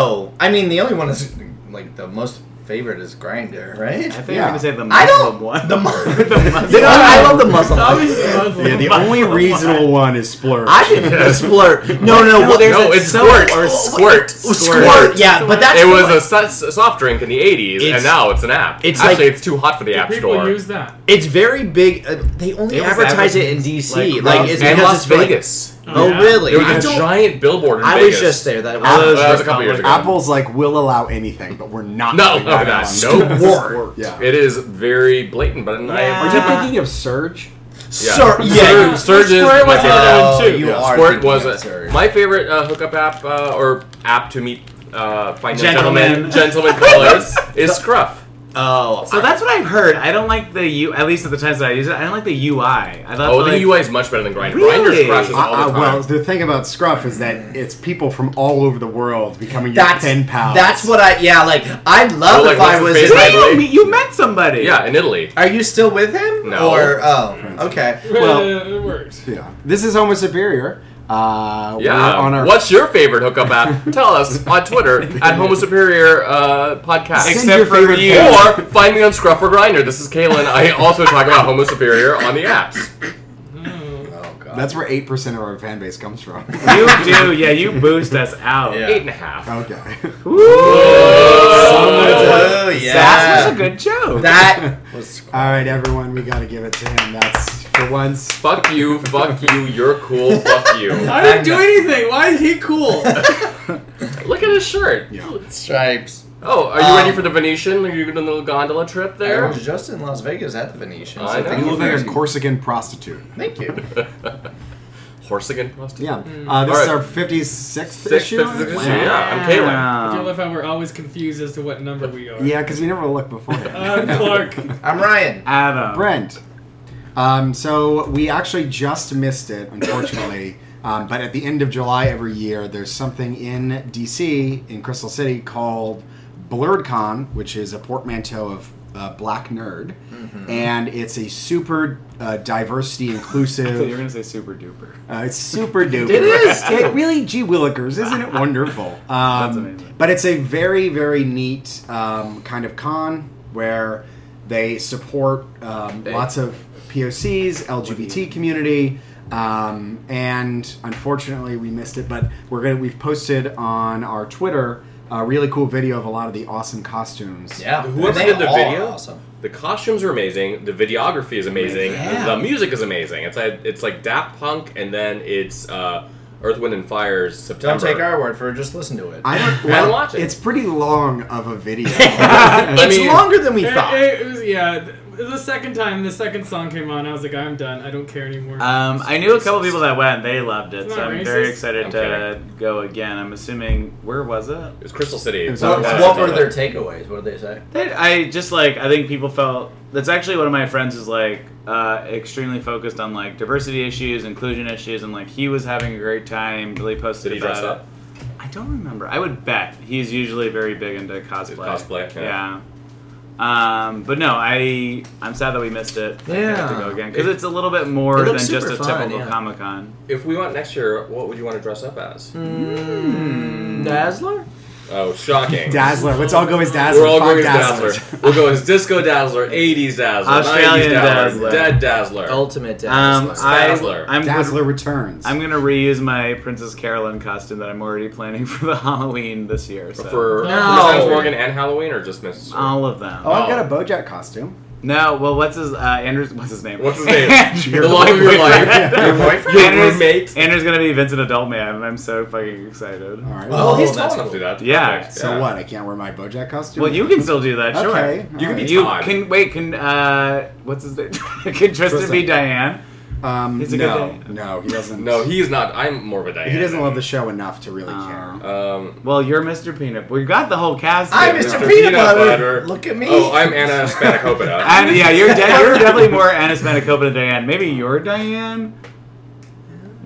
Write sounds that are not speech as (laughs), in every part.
Oh, I mean, the only one is like the most favorite is Grinder, right? I thought you were Yeah. gonna say the Muslim I don't- one. the (laughs) mu- Muslim. You know, I love the Muslim. It's one. always the Muslim. Yeah, the (laughs) one. only reasonable one is Splurge. I didn't yeah. splurt. No, no, well, there's no, a it's squirt. squirt or squirt. Oh, squirt. Yeah, but that's It the was one- a so- so- soft drink in the 80s, It's- and now it's an app. it's Actually, like- it's too hot for the app People store. use that. It's very big. Uh, they only It was advertise it in advertised, DC. like, Like, around- it's and because Las it's for, like- Vegas. oh, Yeah. really? There was I a don't- giant billboard in I Vegas. was just there. That All was those that was a were couple years ago. Apple's like will allow anything, but we're not. No, doing no, that we're not. one. Nope. Squirt. Yeah. It is very blatant, but I Yeah. am Are you thinking of Surge? Sir, Yeah. yeah. Surge- Surge is Squirt my was favorite another app one, too. you Yeah. are Squirt thinking was of a- Surge. my favorite uh, hookup app uh, or app to meet uh, finance Gentlemen. (laughs) gentlemen gentlemen callers is Scruff. Oh, So that's what I've heard. I don't like the U. At least at the times that I use it, I don't like the UI. I thought Oh, like, the UI is much better than Grindr. Really? Grindr crashes all Uh, the uh, time. well, the thing about Scruff is that it's people from all over the world becoming your that's pen pals. that's what I. Yeah, like I'd love Oh, like, if what's I his was. face? in- What do Italy. you mean? You met somebody. yeah, in Italy. are you still with him? No. Or oh, okay. Well- Uh, it works. Yeah. This is Homo Superior. Uh, we're Yeah. on our What's your favorite hookup app? (laughs) Tell us on Twitter at Homo Superior uh, Podcast. Send Except your for favorite you. porn. Or find me on Scruff or Grinder. This is Kaylin. I also talk about Homo Superior on the apps. Oh god. That's where eight percent of our fan base comes (laughs) from. You do. Yeah, you boost us out. Yeah. Eight and a half. okay. Oh, yeah. That was a good joke. That (laughs) was. (laughs) All right, everyone, we gotta give it to him. That's for once. Fuck you, fuck you, you're cool, (laughs) fuck you. I didn't do anything. Why is he cool? Look at his shirt. Yeah. Stripes. Oh, are you Um, ready for the Venetian? Are you doing a little gondola trip I there? was just in Las Vegas at the Venetian. I So know. thank You you. look like a for- Corsican prostitute. Thank you. (laughs) Horsigan prostitute? Yeah. Uh, this is All our right. fifty-sixth Six, issue. fifth, sixth Wow. issue, yeah, I'm Kaylin. um, I do love how we're always confused as to what number we are. Yeah, because we never looked before. I'm Clark. I'm Ryan. Adam. (laughs) Brent. Um, so we actually just missed it, unfortunately. um, but at the end of July every year, there's something in DC, in Crystal City, called BlurredCon, which is a portmanteau of uh, Black Nerd. And it's a super uh, diversity You were inclusive. gonna say super duper. Uh, it's (laughs) super duper. It is. It really, gee willikers, isn't it wonderful? Um, That's amazing. But it's a very, very neat um, kind of con where they support um, lots of POCs, LGBT community, um, and unfortunately we missed it. But we're gonna we've posted on our Twitter a really cool video of a lot of the awesome costumes. Yeah. Whoever They did the all video- are Awesome. The costumes are amazing. The videography is amazing. Yeah. The music is amazing. It's like it's like Daft Punk, and then it's uh, Earth, Wind, and Fire's Don't September. take our word for it. Just listen to it. (laughs) I (laughs) don't. I Well, watch it. It's pretty long of a video. I it's mean- longer than we It- thought. it was- yeah, th- the second time, the second song came on, I was like, I'm done. I don't care anymore. Um, I knew a couple people that went. They loved it, Isn't so that I'm racist? very excited I'm to go again. I'm assuming where was it? It's Crystal City. It was what Well, Yeah. what were their takeaways? What did they say? They, I just like I think people felt that's actually one of my friends is like uh, extremely focused on like diversity issues, inclusion issues, and like he was having a great time. Really posted Did he about it. dress up? I don't remember. I would bet he's usually very big into cosplay. Cosplay, yeah. Yeah. Um, but no, I I'm sad that we missed it. I have to Yeah. go again because it's a little bit more It than looks just super a fun, typical yeah. Comic Con. If we went next year, what would you want to dress up as? Hmm. Dazzler? Oh, shocking. Dazzler. Let's all go as Dazzler. We're all Fuck going as Dazzler. Dazzler. (laughs) We'll go as Disco Dazzler, 80s Dazzler, Australian 90s Dazzler. Dazzler, Dead Dazzler. Ultimate Dazzler. Um, I, Dazzler. I'm Dazzler returns. I'm gonna reuse my Princess Carolyn costume that I'm already planning (laughs) for the Halloween this year. So. For No. Miss Morgan and Halloween, or just Miss? all of them. Oh, I've got a BoJack costume. No, well, what's his uh, Andrew's? What's his name? What's (laughs) his name? Andrew. the life of (laughs) your life. Yeah. Your boyfriend? Your Andrew's, roommate. Andrew's gonna be Vincent Adultman, and I'm so fucking excited. All right. Well, Oh, he's that's tall enough to do that. Yeah. Perfect. so what? I can't wear my BoJack costume. Well, you can still do that, sure. Okay, You can be You Todd. can wait. Can uh, what's his name? (laughs) can Tristan be Tristan. Diane? Um, He's a no, good guy. no, (laughs) he doesn't. No, he's not. I'm more of a Diane. he doesn't love the show enough to really Oh. care. Um, Well, you're Mr. Peanut. We got the whole cast. I'm here. Mr. Peanut, Mr. Peanut Butter. Butter. Look at me. oh, I'm Anna (laughs) Spanakopita. And yeah, you're (laughs) de- you're (laughs) definitely more Anna Spanacopa than Diane. Maybe you're Diane. (laughs)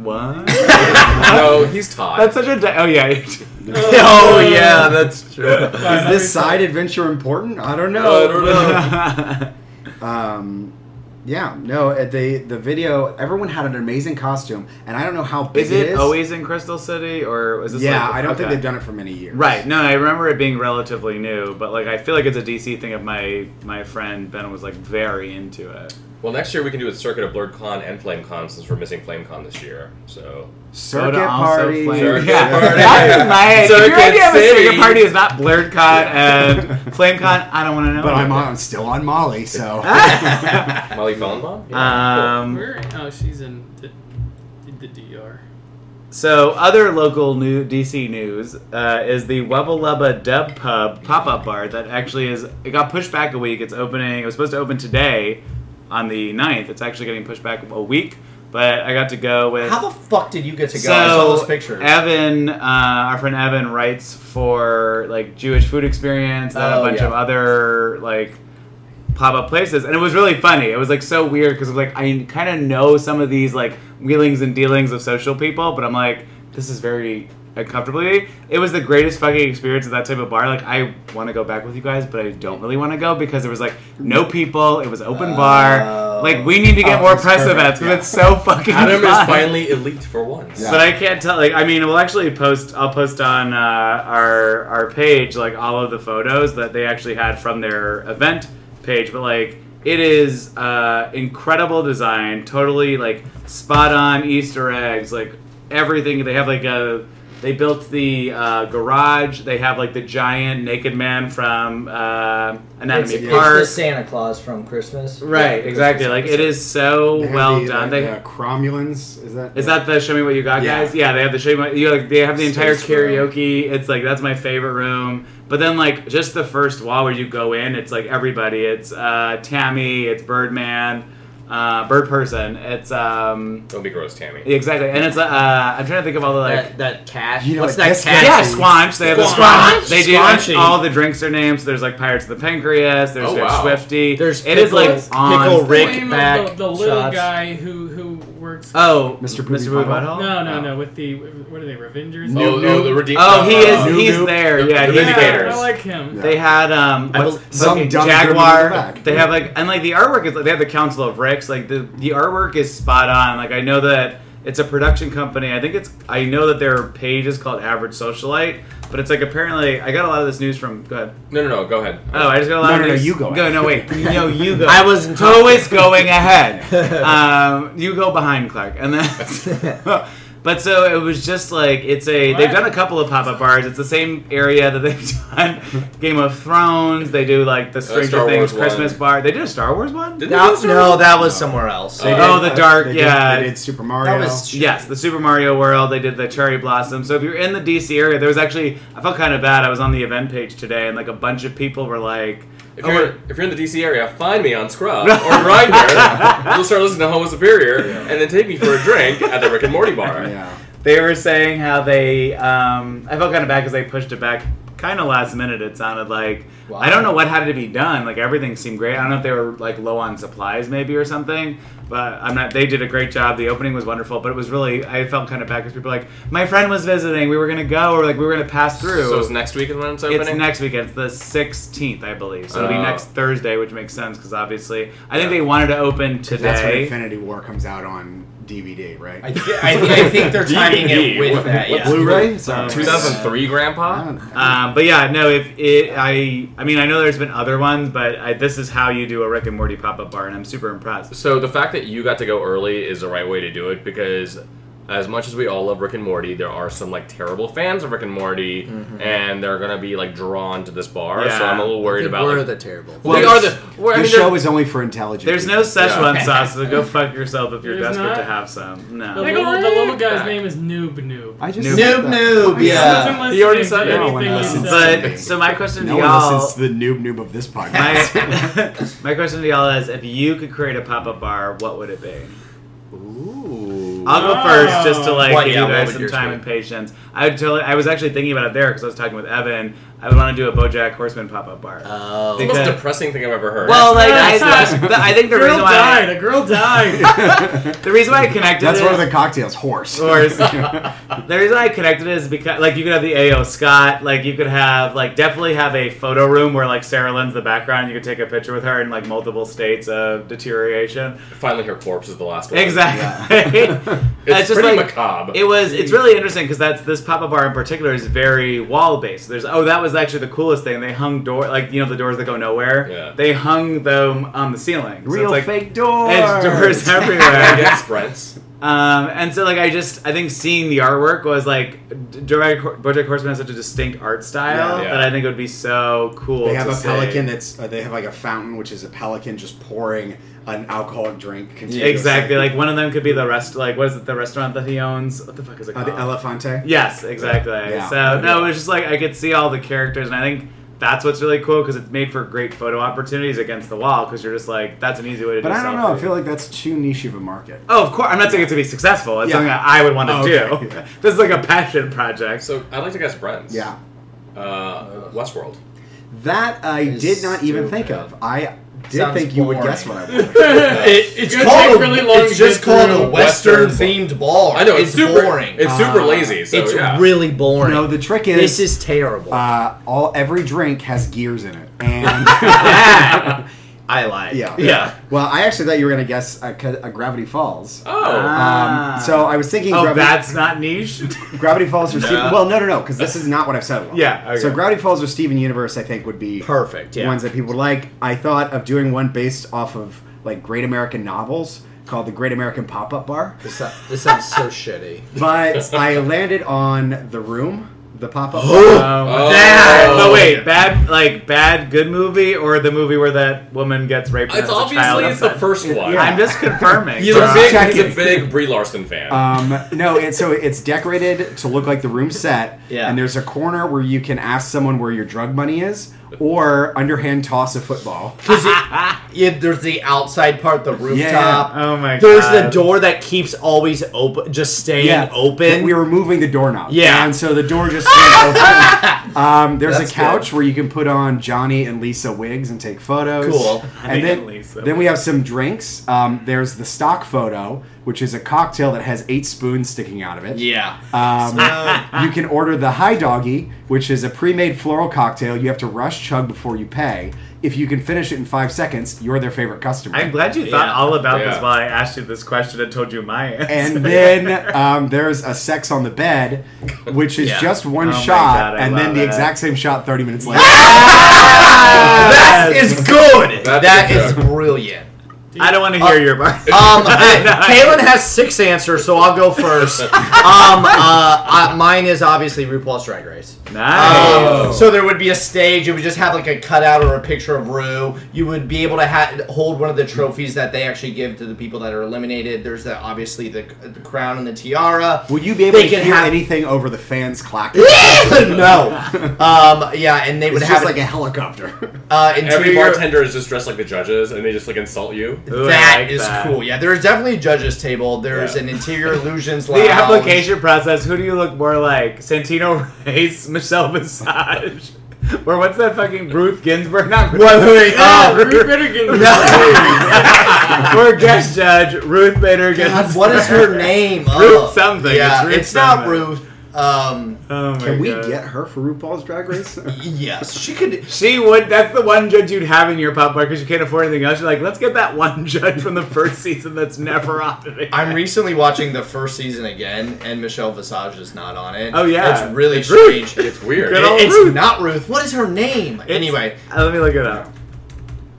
What? (laughs) no, he's Todd. That's such a. Di- oh yeah. (laughs) (laughs) oh, yeah, that's true. Is this side adventure important? I (laughs) don't I know. don't know. (laughs) Um, Yeah, no, uh, the the video. Everyone had an amazing costume, and I don't know how big Is it, it is. always in Crystal City or is this? yeah, like the- I don't think okay. they've done it for many years. Right. No, I remember it being relatively new, but like I feel like it's a DC thing. Of my my friend Ben was like very into it. Well, next year we can do a circuit of Blurred Con and Flame Con since we're missing Flame Con this year. So Circuit Soda also party. (laughs) played- Circuit yeah. (laughs) party. That's in my head. If Your Circuit idea of a City. circuit party is not Blurred Con and Flame Con. I don't want to know. But I'm about on, I'm still on (laughs) Molly, so that. Molly Fallenbaum. um, Where? Oh, she's in the, the DR. so other local new DC news uh, is the Wubba Lubba Dub Pub pop up bar that actually is it got pushed back a week. It's opening. It was supposed to open today on the 9th. It's actually getting pushed back a week. But I got to go with How the fuck did you get to go? So I saw this picture. Evan, uh, our friend Evan, writes for like Jewish Food Experience and Oh, a bunch yeah. of other like pop up places, and it was really funny. It was like so weird because like I kind of know some of these like wheelings and dealings of social people, but I'm like this is very uncomfortably. It was the greatest fucking experience at that type of bar. Like I want to go back with you guys, but I don't really want to go because there was like no people. It was open bar. Oh. Like we need to get Oh, more it's press perfect. events because Yeah. it's so fucking. Adam fun. is finally elite for once. Yeah. But I can't tell. Like, I mean, we'll actually post. I'll post on uh, our our page like all of the photos that they actually had from their event page. But like, it is uh, incredible design, totally like spot on Easter eggs, like everything. They have like a. They built the uh, garage. They have like the giant naked man from uh, It's, Anatomy it's Park. the Santa Claus from Christmas. right, exactly. Like it is so They have Oh, well the, done. Like, They- the Cromulans is that? is that the show me what you got Yeah. guys? Yeah, they have the show me. What, you like, they have the entire Space room. karaoke. It's like that's my favorite room. But then like just the first wall where you go in, it's like everybody. It's uh, Tammy. It's Birdman. Uh, bird person. It's um Don't be gross, Tammy. exactly, and it's uh, I'm trying to think of all the like that, that cat. You know What's what that this cat? yeah, Squanch. Squanch. They have the Uh, Squanch? Squanch. They do Squanchy. all the drinks are named. So there's like Pirates of the Pancreas. There's Oh, there's wow. Swifty. There's it is like Pickle- on Pickle thing. Rick. the name back of the, the little shots. guy who who works. Oh, Mr. Mr. Booby Booby Butthole. Butthole? no, no, Oh. no. With the what are they? Revengers. oh, oh, the redeem. Oh, he is. uh, New he's Goop. there. The- Yeah, the he's yeah, there. Vindicators. I like him. Yeah. They had um I what's, bel- some fucking dumb Jaguar. German in the back. they have like and like the artwork is like they have the Council of Ricks. Like the the artwork is spot on. Like I know that it's a production company. I think it's I know that their page is called Average Socialite, but it's like apparently I got a lot of this news from. Go ahead. No, no, no. Go ahead. Oh, I just got a lot No, of no, no, news. you go Go. No, wait. (laughs) No, you go. I wasn't talking. always going ahead. um, you go behind Clark, and (laughs) then. But so it was just like it's a they've done a couple of pop up bars. It's the same area that they've (laughs) done Game of Thrones. They do like the Stranger Oh, Star Things Wars Christmas one. bar. They did a Star Wars one. Did they No, do Star no, Wars? that was somewhere else. They oh, They the did- dark, they did- yeah. they did Super Mario. That (laughs) was Yes, the Super Mario World. They did the Cherry Blossom. So if you're in the DC area, there was actually I felt kind of bad. I was on the event page today, and like a bunch of people were like, If "Oh, you're, we're- if you're in the DC area, find me on Scrub (laughs) or Grindr. You'll start listening to Homo Superior, and then take me for a drink at the Rick and Morty bar. yeah. They were saying how they. Um, I felt kind of bad because they pushed it back kind of last minute. It sounded like Wow. I don't know what had to be done. Like everything seemed great. I don't know if they were like low on supplies maybe or something. But I'm not. They did a great job. The opening was wonderful. But it was really. I felt kind of bad because people were like, my friend was visiting. We were gonna go or like we were gonna pass through. So it's next week when it's opening. It's next weekend. It's the 16th, I believe. So it'll be Oh. next Thursday, which makes sense because obviously I think Yeah. they wanted to open today. That's when Infinity War comes out on DVD, right? I, thi- I, thi- I think (laughs) they're timing it DVD. with What- that. what Yeah. Blu-ray. Sorry. 2003, I Grandpa. don't know. Um, but yeah, no. If it, I, I mean, I know there's been other ones, but I, this is how you do a Rick and Morty pop-up bar, and I'm super impressed. So the fact that you got to go early is the right way to do it because as much as we all love Rick and Morty, there are some like terrible fans of Rick and Morty and they're gonna be like drawn to this bar. So Yeah. I'm a little worried about We're like, the terrible. Well, they Well, are the well, I the mean, show they're- is only for intelligent. The's no people. Szechuan Yeah. sauce, so go fuck yourself if you're There's desperate not? to have some. The No. Like- little, the little guy's Back. name is Noob Noob. I just Noob. said that. Noob, I yeah. Wasn't He already listening to said it. anything No one you listens. said. But so my question No to one y'all, listens to the noob noob of this (laughs) podcast. my, my question to y'all is, if you could create a pop-up bar, what would it be? Ooh. I'll go Oh. first just to like What- give yeah, you what guys would some yours time be? and patience. I would totally, I was actually thinking about it there because I was talking with Evan. I would want to do a BoJack Horseman pop up bar. Oh. It's the Because- most depressing thing I've ever heard. well, like I, That's I- the- I think the girl reason died. why A girl died. the reason why I connected (laughs) That's it, one of the cocktails, horse. (laughs) Horse. the reason I connected it is because like you could have the AO Scott, like you could have like definitely have a photo room where like Sarah Lynn's the background. You could take a picture with her in like multiple states of deterioration. finally, her corpse is the last one. Exactly. It's, just pretty like- macabre. (laughs) It was. It's really interesting because that's this pop-up bar in particular is very wall-based. There's oh that was actually the coolest thing. They hung door like you know the doors that go nowhere. Yeah. They hung them on the ceiling. So Real it's like, fake doors. It's doors I everywhere. guess sprints. um, and so like I just I think seeing the artwork was like D- Direct Bojack Horseman has such a distinct art style Yeah. Yeah. that I think it would be so cool. They have to a see. pelican that's. Uh, they have like a fountain, which is a pelican just pouring an alcoholic drink. continuously. Exactly. Like one of them could be the rest. Like what is it? The restaurant that he owns. What the fuck is it Uh, called? the Elefante. Yes, exactly. Yeah. So no, it was just like I could see all the characters, and I think that's what's really cool because it's made for great photo opportunities against the wall because you're just like that's an easy way to. But do I don't know. I selfie. feel like that's too niche of a market. Oh, of course. I'm not saying it's to be successful. It's Yeah. something that I would want to Oh, okay. do. (laughs) this is like a passion project. So So I'd like to guess Brent's. Yeah, Uh, Westworld. that I It's did not even think stupid. of. I did Sounds think you would boring. guess what I would. Uh, it, It's gonna called take a- really long It's to get just called through. a Western themed bar. I know it's, super boring. It's super Ah. lazy. So it's yeah. really boring. No, the trick is this is terrible. uh, all every drink has gears in it, and (laughs) That- I lied. yeah, yeah. Well, I actually thought you were gonna guess a, a Gravity Falls. oh, Ah. Um, so I was thinking Oh, Gravity, that's not niche. Gravity Falls or Steven. No. Well, no, no, no, because this is not what I've settled on. Yeah, okay. So Gravity Falls or Steven Universe, I think, would be Perfect. Yeah. ones that people would like. I thought of doing one based off of like Great American novels called the Great American Pop Up Bar, This, sounds, this sounds so shitty. (laughs) but I landed on The Room, the pop up. (gasps) Um, Oh. that- But Yeah. wait, bad like bad good movie or the movie where that woman gets raped? and it's has a child obviously it's the outside? first one. (laughs) Yeah. I'm just confirming. He's Just a big, checking. he's a big Brie Larson fan. Um, no, it's so it's decorated to look like the room set. Yeah. And there's a corner where you can ask someone where your drug money is, or underhand toss a football. Because yeah, there's the outside part, the rooftop. Oh my There's god. the door that keeps always open, just staying Then open. we were moving the doorknob. Yeah. And so the door just stayed (laughs) open. Um, there's That's a couch where you can put on Johnny and Lisa wigs and take photos. Cool. Johnny And then, and Lisa then we have some drinks. Um, there's the stock photo, which is a cocktail that has eight spoons sticking out of it. yeah. Um, Uh, You can order the high doggy, which is a pre-made floral cocktail. You have to rush chug before you pay. If you can finish it in five seconds, you're their favorite customer. I'm glad you thought Yeah. all about Yeah. this while I asked you this question and told you my answer. and then um, there's a sex on the bed, which is Yeah. just one Oh my shot, God, I and then love the it. exact same shot 30 minutes later. Ah! that is good. That's That a is joke. brilliant. (laughs) I don't want to hear your bar. (laughs) Um, Kaylin has six answers, so I'll go first. Um, uh, uh, mine is obviously RuPaul's Drag Race. nice. Oh. Um, so there would be a stage. It would just have like a cutout or a picture of Rue. You would be able to ha- hold one of the trophies that they actually give to the people that are eliminated. There's the, obviously the, the crown and the tiara. Will you be able They to can hear have- anything over the fans clacking? (laughs) no. Um, yeah, and they would It's have just like an, (laughs) a Oh helicopter. uh, interior. Every bartender is just dressed like the judges, and they just like insult you. Ooh, I that like is that. cool. Yeah, there's definitely a judges table. There's Yeah. an interior (laughs) illusions lounge. the application process. Who do you look more like, Santino (laughs) Rice, Michelle Visage, or what's that fucking Ruth Ginsburg? Not Ruth. Wait, wait, wait, Yeah, uh, we better get (laughs) (laughs) or guest judge Ruth Bader God, Ginsburg. what is (laughs) her name? Oh. something. Yeah, It's it's, Ruth not something. Ruth. Um, Oh my Can we God. get her for RuPaul's Drag (laughs) Race? yes, she could. She would. That's the one judge you'd have in your pop bar because you can't afford anything else. You're like, let's get that one (laughs) judge from the first season that's never on it. I'm recently watching the first season again, and Michelle Visage is not on it. Oh, yeah. it's really It's Ruth. strange. It's weird. Good It- old it's Ruth. not Ruth. What is her name? anyway, It's- uh, let me look it up.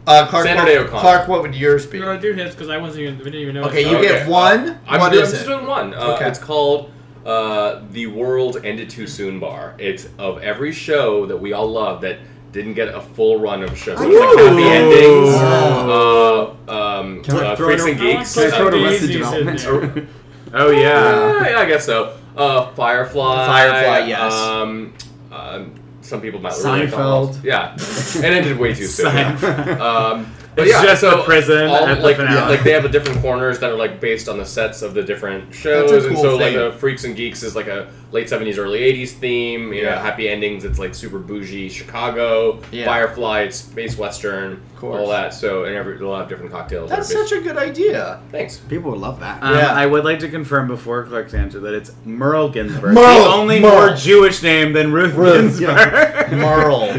uh, Clark. Saturday what, O'Connor. Clark, what would yours be? No, I do hits because I wasn't even. I didn't even know. Okay, it. you get one? Oh, I'm, What doing, is I'm just it? doing one. Uh, Okay. It's called uh, The World Ended Too Soon Bar. It's of every show that we all love that didn't get a full run of shows. So it's like happy Ooh. endings, uh, um, Can I uh, throw it Freaks and I want Geeks. uh, Can I throw Something to Arrested easy is in Development? there. Oh yeah. Yeah, I guess so. Uh, Firefly. Firefly, yes. Um, um, some people might really (laughs) Seinfeld. recall. Yeah, it ended way too (laughs) soon. Seinfeld. Um, It's just the prison all- at the like, finale. like they have the different corners that are like based on the sets of the different shows, That's a and cool so thing. like the Freaks and Geeks is like a late seventies, early eighties theme. You know, Yeah. Happy Endings, it's like super bougie Chicago. Yeah. Firefly, it's space western, course. all that. So and every, a lot of different cocktails. That's such a good idea. thanks. People would love that. Um, Yeah. I would like to confirm before Clark's answer that it's Merle Ginsburg, Merle, the only Merle. more Jewish name than Ruth, Ruth, Ginsburg. (laughs) Merle.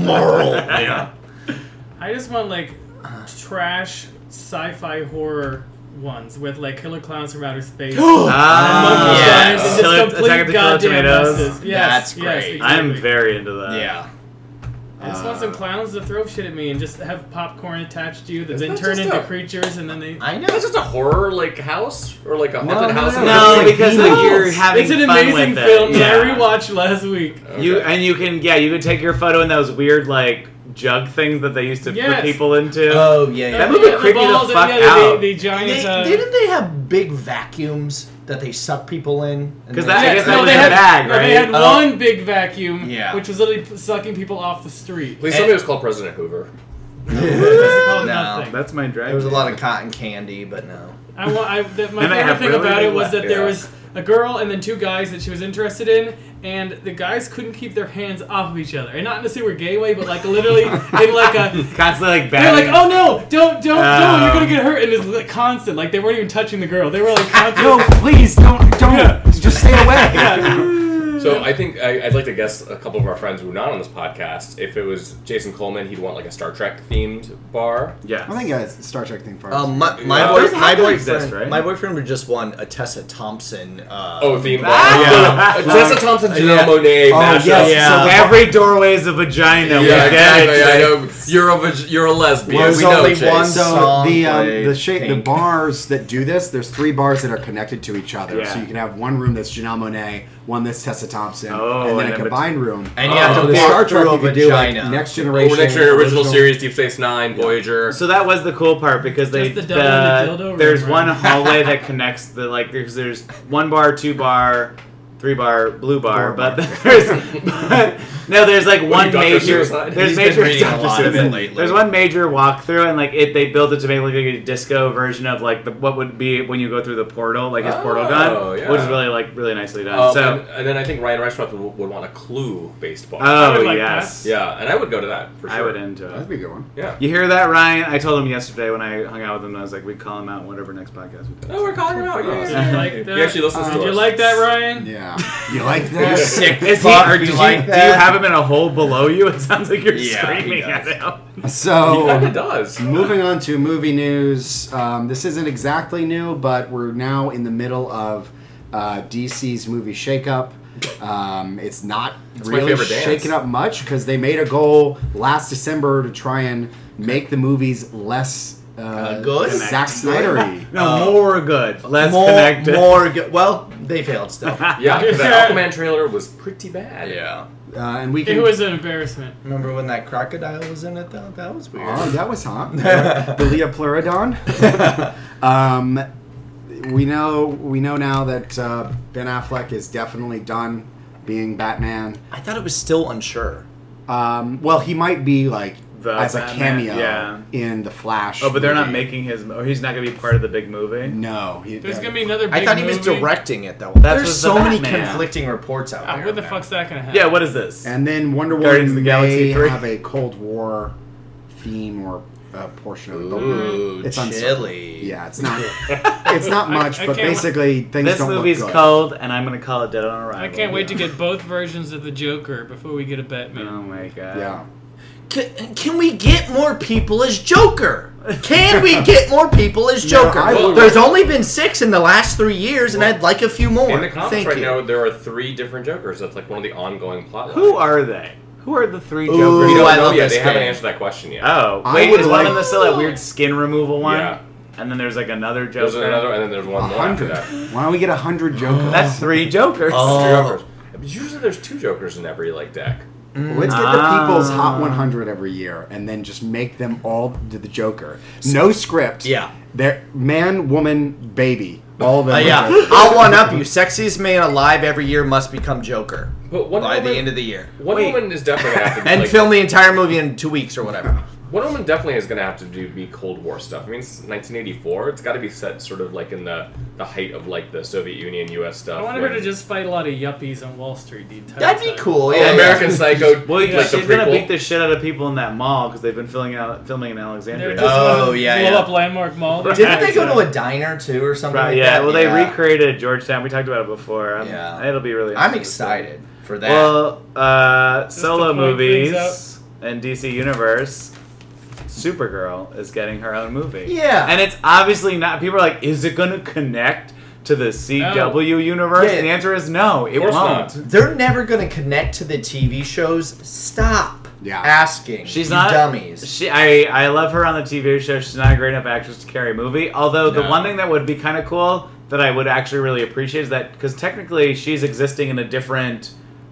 Merle. Yeah. I just want like trash sci-fi horror ones with like killer clowns from (gasps) outer space. Ah, Monkey yes. guys, and Killer- just complete Attack of the Killer goddamn Tomatoes. messes. Yes, That's yes, great. exactly. I'm very into that. Yeah. I just want Ah. some clowns to throw shit at me and just have popcorn attached to you that then that turn just into a- creatures and then they. I know. That's just a horror like house or like a haunted no, house. no, in No, the- like because like, Beatles. you're having it's an fun amazing with it. film yeah. that I rewatched last week. You Okay. and you can yeah you can take your photo in those weird like jug things that they used to Yes. put people into. Oh yeah. That yeah. Uh, movie the creeped me the balls and fuck yeah, out. The, the giant. They, uh, didn't they have big vacuums that they suck people in? And 'Cause they- that- I yeah, guess no, was they in a had, bag, no, They had right? Oh. one big vacuum, Yeah. which was literally sucking people off the street. Please tell me it was called President Hoover. (laughs) (laughs) Physical, Oh, No. nothing. That's my drive. There was a lot of cotton candy, but no. I want. I, that my And they favorite have thing really about big it was that there yeah. was a girl and then two guys that she was interested in, and the guys couldn't keep their hands off of each other, and not in a super gay way, but (laughs) like literally in like a. constantly like They're bad. like, oh no, don't, don't, no, you're Um. gonna get hurt, and it's like, constant. Like they weren't even touching the girl; they were like constant. (laughs) No, please don't, don't, just stay away. Mm. So I think I, I'd like to guess a couple of our friends who were not on this podcast. If it was Jason Coleman, he'd want like a Star Trek themed bar. yeah. (laughs) I think a Star Trek thing first. Um, my my, Yeah. boy- Those my have to boyfriend, exist, right? my boyfriend would just want a Tessa Thompson. Uh, Oh, theme bar. Ah! (laughs) Uh, Tessa Thompson, Janelle yeah. Monae. Oh, mashup. yes. yeah. So the- every doorway is a vagina. we Yeah, get exactly. it. I know. You're a vag- you're a lesbian. Well, we there's know. only Chase. one so song the um, played, the shape, the pink. bars that do this. There's three bars that are connected to each other, Yeah. so you can have one room that's Janelle Monet, one that's Tessa Thompson, Oh, and then and a then combined room. and you Oh. have so to the walk Star Trek through you a could do like vagina. next Oh, generation, we're next to your original original- series, Deep Space Nine, Voyager. So that was the cool part because they Just the double and the the- dildo room, there's right? one hallway (laughs) that connects the like there's there's one bar, two bar, three bar, blue bar, Four but bar. (laughs) there's no there's like What are one you, Dr. major Suicide? there's He's been major reading a lot of it Suicide. lately. there's one major walkthrough and like it they built it to make like a disco version of like the, what would be when you go through the portal like his portal Oh, gun yeah. which is really like really nicely done Um, so and, and then I think Ryan Restaurant would, would want a clue based bar. I oh would like yes yeah, and I would go to that for sure. I would into it That'd be a good one. Yeah. you hear that Ryan I told him yesterday when I hung out with him I was like we call him out whatever next podcast we do Oh, we're calling him out. Yeah, Did yeah, you yeah. like that? He actually listens to Did you us. like that, Ryan? Yeah, you like that? You sick Is he, Fuck, or we did you, like do you that. have him in a hole below you? (laughs) It sounds like you're Yeah, he screaming at does. him. (laughs) He kind of So. does. Moving on to movie news. Um, this isn't exactly new, but we're now in the middle of uh, DC's movie shakeup. Um, it's not my really favorite dance. shaken up much because they made a goal last December to try and make the movies less uh, good? Zack Snydery. No, Oh. more good. Less more, connected. more good. Well, they failed still. Yeah, because that Aquaman trailer was pretty (laughs) bad. yeah. uh, and we can. It was an embarrassment. Remember when that crocodile was in it though? That was weird. Oh, that was hot. (laughs) Uh-huh. (laughs) the Leoplerodon. um, we know we know now that uh, Ben Affleck is definitely done being Batman. I thought it was still unsure. Um, well, he might be like The as a Batman, cameo yeah. in the Flash. Oh, but they're not movie. making his. Or he's not going to be part of the big movie. No, he, There's uh, gonna be another. Big I thought he was movie. directing it though. was There's the so many Batman. conflicting reports out Ah, there. what the man. fuck's that gonna happen? Yeah. What is this? And then Wonder Woman Guardians of the Galaxy may three. have a Cold War theme or uh, portion of it. but Ooh, it's uncertain. chilly. Yeah, it's (laughs) not. it's not much, I but can't- basically things this don't look movie's good. cold, and I'm going to call it Dead on Arrival. I can't wait to get both versions of the Joker before we get a (laughs) Batman. Oh my god. Yeah. Can, can we get more people as Joker? Can (laughs) we get more people as Joker? I would- There's only been six in the last three years, and I'd like a few more. In the comics Thank right you. now, there are three different Jokers. That's like one of the ongoing plot lines. Who are they? Who are the three Ooh. Jokers? We don't I know love yet. this They haven't game. answered that question yet. Oh, I wait, would is one like- of them still that weird skin removal one? Yeah. And then there's like another Joker. There's another, and then there's one more after hundred. that. Why don't we get a hundred Jokers? That's three Jokers. Oh. Two Jokers. But Usually, there's two Jokers in every like deck. Let's get the Ah. people's Hot 100 every year, and then just make them all to the Joker. No script. Yeah. They're man, woman, baby. All of them. Uh, are yeah, Joker. I'll one up you. Sexiest man alive every year must become Joker But Wonder by the Woman- end of the year, One (laughs) Wait. woman is definitely gonna have to be, and like, film the entire movie in two weeks or whatever. Wonder Woman definitely is going to have to do be Cold War stuff. I mean, it's 1984. It's got to be set sort of like in the the height of like the Soviet Union U.S. stuff. I wanted her when- to just fight a lot of yuppies on Wall Street the entire That'd be time. cool. Oh, Yeah, American yeah. Psycho. (laughs) Well, yeah, like the she's gonna prequel. beat the shit out of people in that mall because they've been filling out filming in They're Alexandria. just Oh, gonna yeah, blow yeah. up Landmark Mall. Didn't they go to a diner too or something? Right, like yeah, that? well, they recreated Georgetown. We talked about it before. i Yeah. it'll be really. I'm interesting to see. excited for that. Well, uh, solo to point things movies and DC Universe. Supergirl is getting her own movie. Yeah. and it's obviously not. People are like, is it going to connect to the CW universe? Yeah. And the answer is no. It course won't. not. They're never going to connect to the TV shows. Stop Yeah. asking. She's you not dummies. She, I, I love her on the TV show. She's not a great enough actress to carry a movie. Although the No. one thing that would be kind of cool that I would actually really appreciate is that because technically she's existing in a different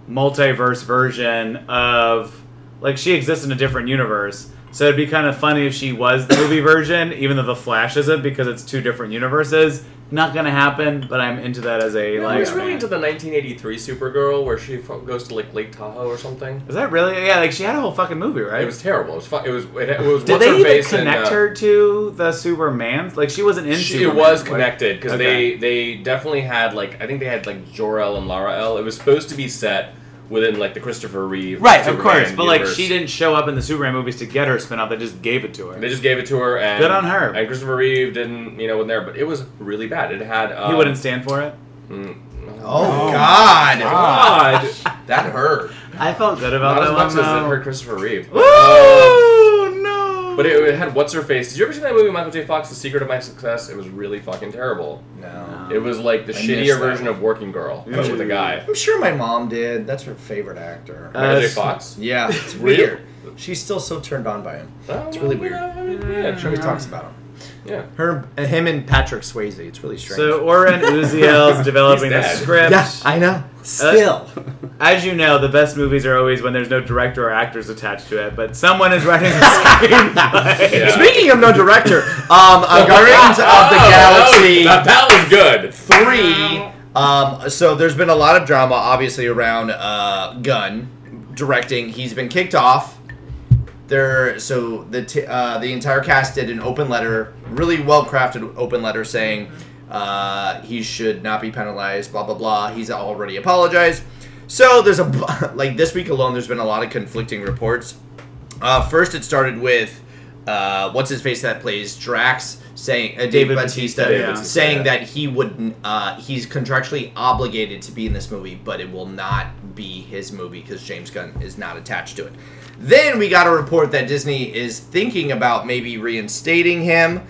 multiverse version of like she exists in a different universe. So it'd be kind of funny if she was the (coughs) movie version, even though the Flash isn't because it's two different universes. Not gonna happen, but I'm into that as a I like. was really into the 1983 Supergirl where she fo- goes to like Lake Tahoe or something. Is that really? Yeah, like she had a whole fucking movie, right? It was terrible. It was fu- it was it, it was Did what's they her even face and, connect uh, her to the Superman? Like she wasn't in. She, it Superman, was right? connected because Okay. they they definitely had like I think they had like Jor El and Lara El. It was supposed to be set within like the Christopher Reeve Right, of Superman course, but like universe. she didn't show up in the Superman movies to get her spinoff. They just gave it to her. They just gave it to her and Good on her. And Christopher Reeve didn't you know wasn't there, but it was really bad. It had um, he wouldn't stand for it. mm, no. Oh, God. God, (laughs) That hurt. I felt good about not as that much as one. it though. hurt Christopher Reeve. But, um, Woo! no. but it, it had what's her face. Did you ever see that movie Michael J. Fox, The Secret of My Success? It was really fucking terrible. No. No. It was like the Um, I missed shittier that version one. of Working Girl, but with a Ooh. guy. I'm sure my mom did. That's her favorite actor. Uh, Michael J. it's- Fox. (laughs) yeah, it's weird. She's still so turned on by him. It's really weird. I mean, Oh, yeah, She sure. always talks about him. Yeah. Her, uh, him, and Patrick Swayze. It's really strange. So (laughs) Oren Uziel's developing the dead. script. yeah, I know. Still, As you know, the best movies are always when there's no director or actors attached to it, but someone is writing (laughs) the screenplay. Yeah. speaking of no director, um, (laughs) uh, Guardians of the Oh, Galaxy. Oh, Hmm. That, that was good. three. Um, so there's been a lot of drama, obviously, around uh, Gunn directing. He's been kicked off. There, so the t- uh, the entire cast did an open letter, really well crafted open letter saying uh, he should not be penalized. Blah blah blah. He's already apologized. So there's a bu- (laughs) like this week alone. There's been a lot of conflicting reports. Uh, first, it started with uh, what's his face that plays Drax saying uh, David, David Batista, Bautista, yeah. saying that he would uh, he's contractually obligated to be in this movie, but it will not be his movie because James Gunn is not attached to it. Then we got a report that Disney is thinking about maybe reinstating him,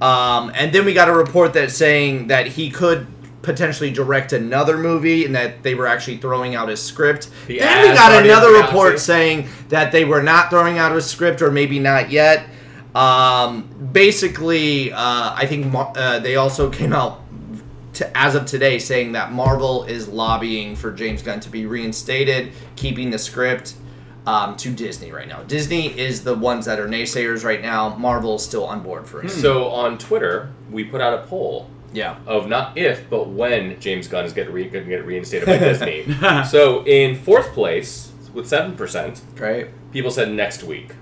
um, and then we got a report that saying that he could potentially direct another movie and that they were actually throwing out his script. The then we ass got Guardians of another the report Galaxy. saying that they were not throwing out a script or maybe not yet. Um, basically, uh, I think Mar- uh, they also came out to, as of today saying that Marvel is lobbying for James Gunn to be reinstated, keeping the script um, to Disney right now. Disney is the ones that are naysayers right now. Marvel's still on board for it. Hmm. So on Twitter, we put out a poll Yeah. of not if, but when James Gunn is getting re- gonna get reinstated (laughs) by Disney. so in fourth place, with 7%, Right. people said next week.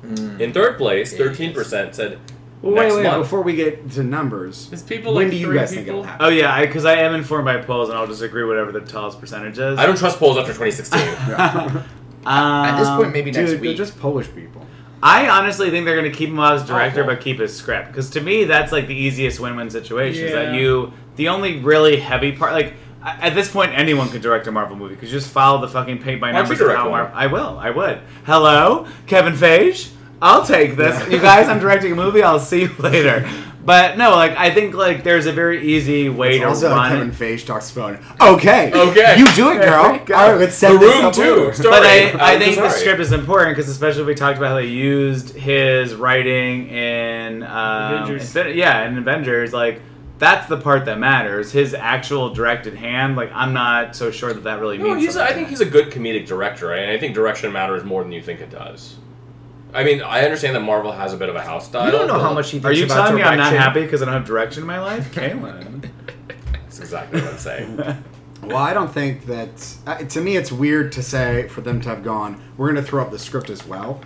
Hmm. In third place, 13% said Well, wait, next wait, month. before we get to numbers, Is people when like do you three guys think people? it'll happen? Oh yeah, because I, am informed by polls, and I'll just agree whatever the tallest percentage is. I don't trust polls after 2016. At this point, maybe next Dude, they're week. just Polish people. Um, I honestly think they're going to keep him out as director, Awful. but keep his script. Because to me, that's like the easiest win-win situation. Is that Yeah. you? The only really heavy part, like a- at this point, anyone could direct a Marvel movie because you just follow the fucking paint by Why don't numbers. you of direct how one? Mar- I will. I would. Hello, Kevin Feige. I'll take this. You guys, I'm directing a movie. I'll see you later. But no, like I think like there's a very easy way It's to also run. Kevin Feige talks phone. Okay. Okay. You do it, girl. All right, let's set the this room up too. later. Sorry, But (laughs) I, I I'm think the sorry. script is important because especially if we talked about how they used his writing in um, Avengers. Infin- yeah, in Avengers, like that's the part that matters. His actual directed hand, like I'm not so sure that that really No, means. he's. A, I something. think he's a good comedic director, and I think direction matters more than you think it does. I mean, I understand that Marvel has a bit of a house style. You don't know but- how much he thinks Are you about telling me I'm not direction. (laughs) happy because I don't have direction in my life, Kaylin? That's exactly what I'm saying. Well, I don't think that. Uh, to me, it's weird to say for them to have gone, we're going to throw up the script as well.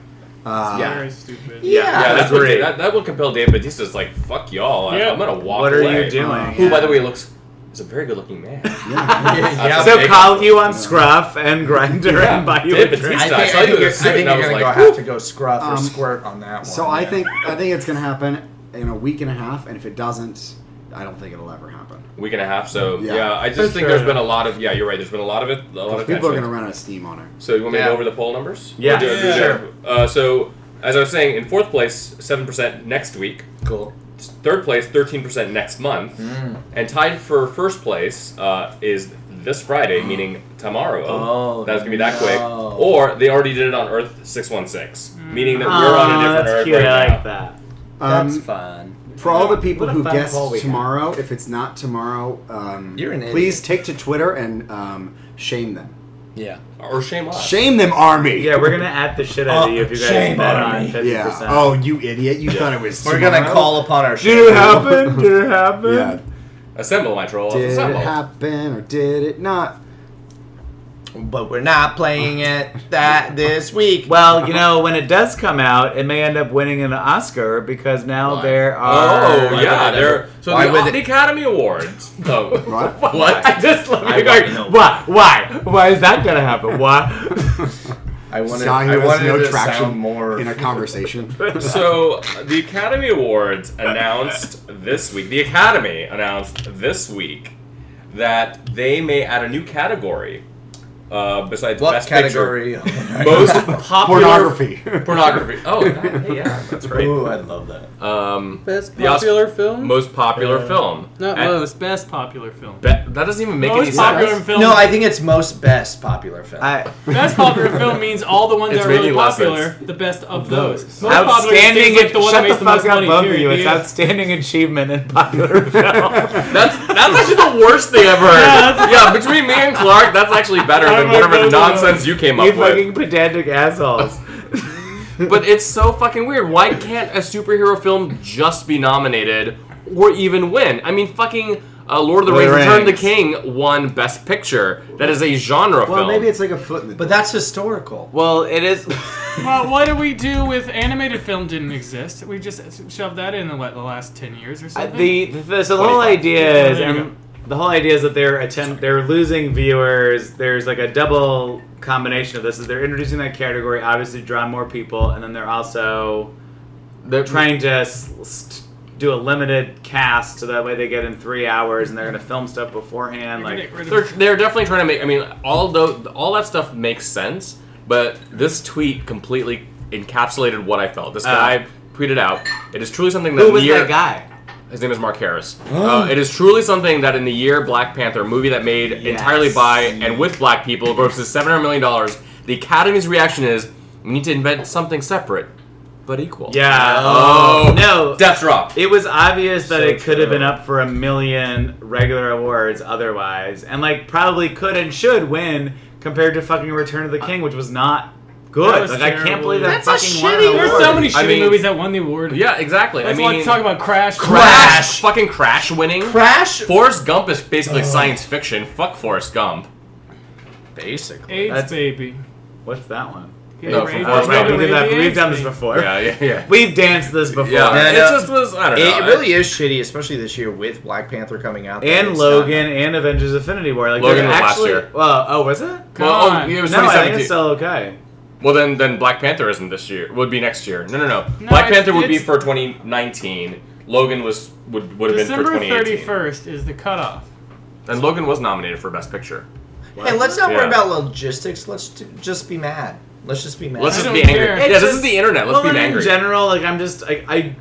Uh, Very stupid. Yeah. Yeah, that's what, Agreed. that, that will compel Dave Batista. It's like, fuck y'all. I, Yeah. am gonna walk What are away. you doing? Uh, Who, by the way, looks is a very good looking man. (laughs) yeah. yeah. So Jacob. call you on Scruff and Grinder and buy you a Dave drink. I Batista. think, I, I saw you think in you're, a I suit, think and I you're was gonna like, go "Woo." have to go scruff or Um, squirt on that one. So I yeah. think I think it's gonna happen in a week and a half, and if it doesn't, I don't think it'll ever happen. week and a half. So Yeah. yeah, I just That's think fair there's been a enough. lot of yeah. You're right. There's been a lot of it. A People lot of are attention. gonna run out of steam on her. So you want me Yeah. to go over the poll numbers? Yeah. Or do- Yeah. do- Sure. Uh, so as I was saying, in fourth place, seven percent next week. cool. Third place, thirteen percent next month. Hmm. Mm. And tied for first place uh, is this Friday, meaning tomorrow. Oh, that was gonna be that quick. no. Or they already did it on Earth six one six, meaning that we're on a Aw, different Ah, Oh, that's Earth cute. right I now. like that. That's Um, fun. for all the people What a who fun guessed call we had. tomorrow, if it's not tomorrow, um, You're an please take to Twitter and um, shame them. Yeah. Or shame us. Shame them, army. Yeah, we're gonna add the shit Oh, out of you if you guys Shame bet on on me. fifty Yeah. percent. Oh, you idiot! You thought it was. We're gonna tomorrow? call upon our did it happen? Did it happen? Yeah. Assemble my trolls. Did it Assemble. happen or did it not? But we're not playing it that this week. Well, you know, when it does come out, it may end up winning an Oscar because now Why? there are. Oh yeah, they're so Why the, would the Academy Awards. Oh, What? (laughs) (laughs) what? I just love I you wanna going, know Why? Why? Why is that gonna happen? Why? I wanted, Saw I who has wanted no to traction sound more (laughs) in a conversation. So the Academy Awards announced this week. The Academy announced this week that they may add a new category uh, besides what best category? (laughs) picture, (laughs) most (laughs) popular Pornography. Pornography. Oh, that- hey, yeah, that's right. Ooh, I love that. Um, Best The Os- popular film? most popular film. Not And most, best popular film. be- that doesn't even make any most popular sense. film. No, I think it's most best popular film. I, (laughs) best popular film means all the ones It's that are really making less popular, sense. the best of those. those. Most popular outstanding. seems like the one that shut makes the the fuck most up, money. both of period. you. It's Yeah. outstanding achievement in (laughs) popular film. That's that's actually the worst thing I've heard. Yeah, Yeah, between me and Clark, that's actually better I than like whatever those nonsense you came you up with. fucking pedantic assholes. But it's so fucking weird. Why can't a superhero film just be nominated or even win? I mean, fucking uh, Lord of the Lord Rings: of the Return of the Rings. King won Best Picture. That is a genre well, film. maybe it's like a foot in the. but that's historical. well, it is. Well, what do we do with animated film didn't exist? We just shoved that in the, what, the last 10 years or Uh, something? the, the, so the whole 25. idea is There you and the whole idea is that they're attempt they're losing viewers. There's like a double combination of this is they're introducing that category obviously to draw more people, and then they're also they're trying to s- s- do a limited cast so that way they get in three hours and they're going to film stuff beforehand. You're gonna Like get rid of- They're, they're definitely trying to make. I mean, although all that stuff makes sense, but this tweet completely encapsulated what I felt. This guy tweeted out, "It is truly something that Uh. who was near- that guy? His name is Mark Harris. Uh, it is truly something that in the year Black Panther, a movie that made entirely by and with black people, grosses seven hundred million dollars. The Academy's reaction is, we need to invent something separate, but equal. Yeah. Oh no. Death drop. It was obvious that So it could have true. been up for a million regular awards otherwise, and like probably could and should win compared to fucking Return of the King, which was not That good. was Like I can't terrible, believe yeah. that That's a fucking won an shitty- There's award. so many shitty I mean- movies that won the award. yeah, exactly. That's I why mean, I'm talking about Crash. Crash. Fucking Crash winning. Crash, Forrest Gump is Oh. basically science fiction. Fuck Forrest Gump. basically. AIDS That's- baby. What's that one? Gay No, rage, Oh, Oh, it's right, not gay we did that. rage, We've done this AIDS before. Yeah, yeah, yeah. (laughs) We've danced this before. Yeah, No, it no. just was. I don't know. It really is shitty, especially this year with Black Panther coming out. that And it's Logan and Avengers Affinity War. Like Logan they're was last actually, year. Well, oh, was it? Well, oh, Come it was no, I think it's 2017. still okay. Well, then, then Black Panther isn't this year. Would be next year. No, no, no. No, Black it's- Panther would be it's- for 2019. Logan was would would have been for December 2018. 31st is the cutoff. And Logan was nominated for Best Picture. not. Hey, let's not worry Yeah. about logistics. Let's t- just be mad. Let's just be mad. Let's I just don't be care. angry. It yeah, this just- is the internet. Let's well, be and angry. in general, like I'm just like I.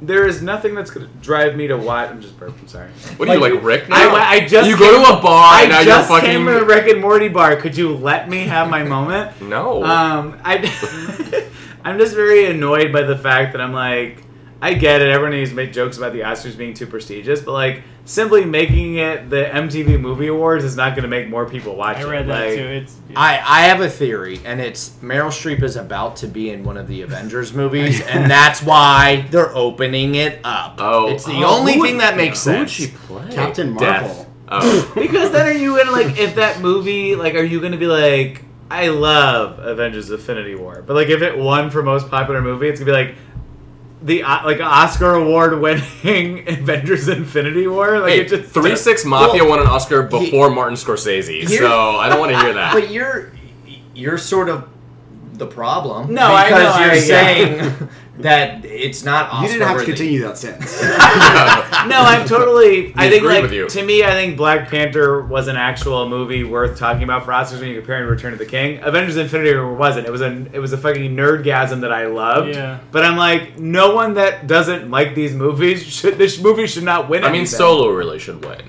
There is nothing that's gonna drive me to watch. I'm just burping. Sorry. what are you Like, like, Rick? I, now? I just you go came- to a bar I and now just you're fucking. came to the Rick and Morty bar. Could you let me have my (laughs) moment? no. Um, I, (laughs) I'm just very annoyed by the fact that I'm like, I get it. Everyone needs to make jokes about the Oscars being too prestigious, but like, simply making it the MTV Movie Awards is not going to make more people watch I it. read that Like, too. It's I, I have a theory, and it's Meryl Streep is about to be in one of the Avengers movies, (laughs) and that's why they're opening it up. Oh. it's the Oh, only who thing would- that makes Who would sense. she play? Captain Death. Marvel. Oh. Because then are you gonna like if that movie like are you gonna be like I love Avengers: Infinity War, but like if it won for most popular movie, it's gonna be like the uh, like Oscar award winning (laughs) Avengers: Infinity War. Like Hey, it just Three Six Mafia Well, won an Oscar before Martin Scorsese, Here- so I don't want to hear (laughs) that. But you're you're sort of the problem. No, I because know, you're I- saying that it's not. Oscar You didn't have to worthy. continue that sentence. no, I'm totally. I think agree like with you. to me, I think Black Panther was an actual movie worth talking about for Oscars when you compare it to Return of the King. Avengers: Infinity War wasn't. It was a it was a fucking nerdgasm that I loved. Yeah. But I'm like, no one that doesn't like these movies should this movie should not win. (laughs) I mean, anything. Solo really should win.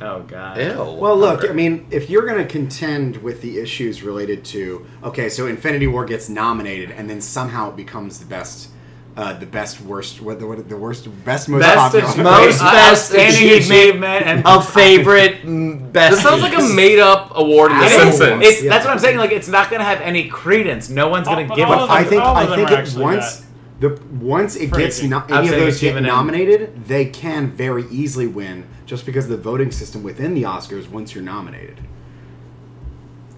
Oh god. Ew. Well, look, I Hunter. mean, if you're going to contend with the issues related to okay, so Infinity War gets nominated and then somehow it becomes the best, uh, the best worst, what the, what the worst, best most Best popular. achievement, Most uh, best outstanding achievement achievement and a (laughs) favorite mm, best. This sounds like (laughs) a piece. made up award in The It I don't- Simpsons. it's- Yeah. That's what I'm saying. Like, it's not gonna have any credence. No one's gonna Oh, give but a all of fuck. I think All of I them think are it actually once the once it Pretty gets good. no, any of Outstanding those get achievement and- nominated, they can very easily win just because the voting system within the Oscars once you're nominated.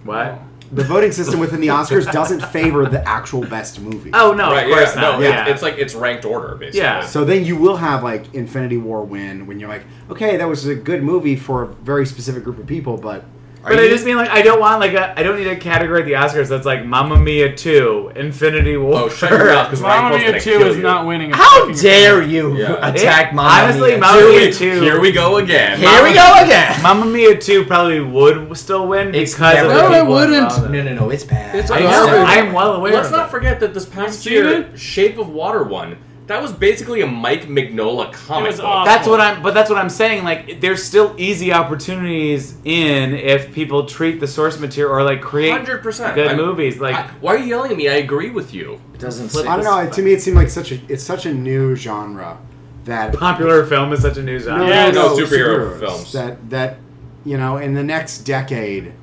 What? The voting system within the Oscars doesn't favor the actual best movie. Oh no, right, of course yeah, not. no, yeah. It, it's like it's ranked order, basically. Yeah. So then you will have like Infinity War win when you're like, okay, that was a good movie for a very specific group of people, but Are But I you- just mean like I don't want like a I don't need a category at the Oscars that's like Mamma Mia two, Infinity War. Oh, (laughs) shut your mouth, because Ryan Mamma Cole's Mia gonna 2 kill is you. not winning. a How fucking dare award. you Yeah. attack It- Mamma honestly, Mia. Mamma Here Mia we, two. here we go again. Here we go again. Mamma Mia two probably would still win It's because of never- the No, it people wouldn't. involved in No, it. no, no! It's bad. It's I I garbage. know. know. I am well aware. Let's of not it. forget that this past seen year, it? Shape of Water won. That was basically a Mike Mignola comic. It was book. awful. That's what I'm. But that's what I'm saying. Like, there's still easy opportunities in if people treat the source material or like create Hundred percent. good movies. Like, why are you yelling at me? I agree with you. It doesn't. Flip- sit- I don't know. To me, it seemed like such a it's such a new genre that popular film is such a new genre. Yeah, no, superhero superheroes. films. that that you know in the next decade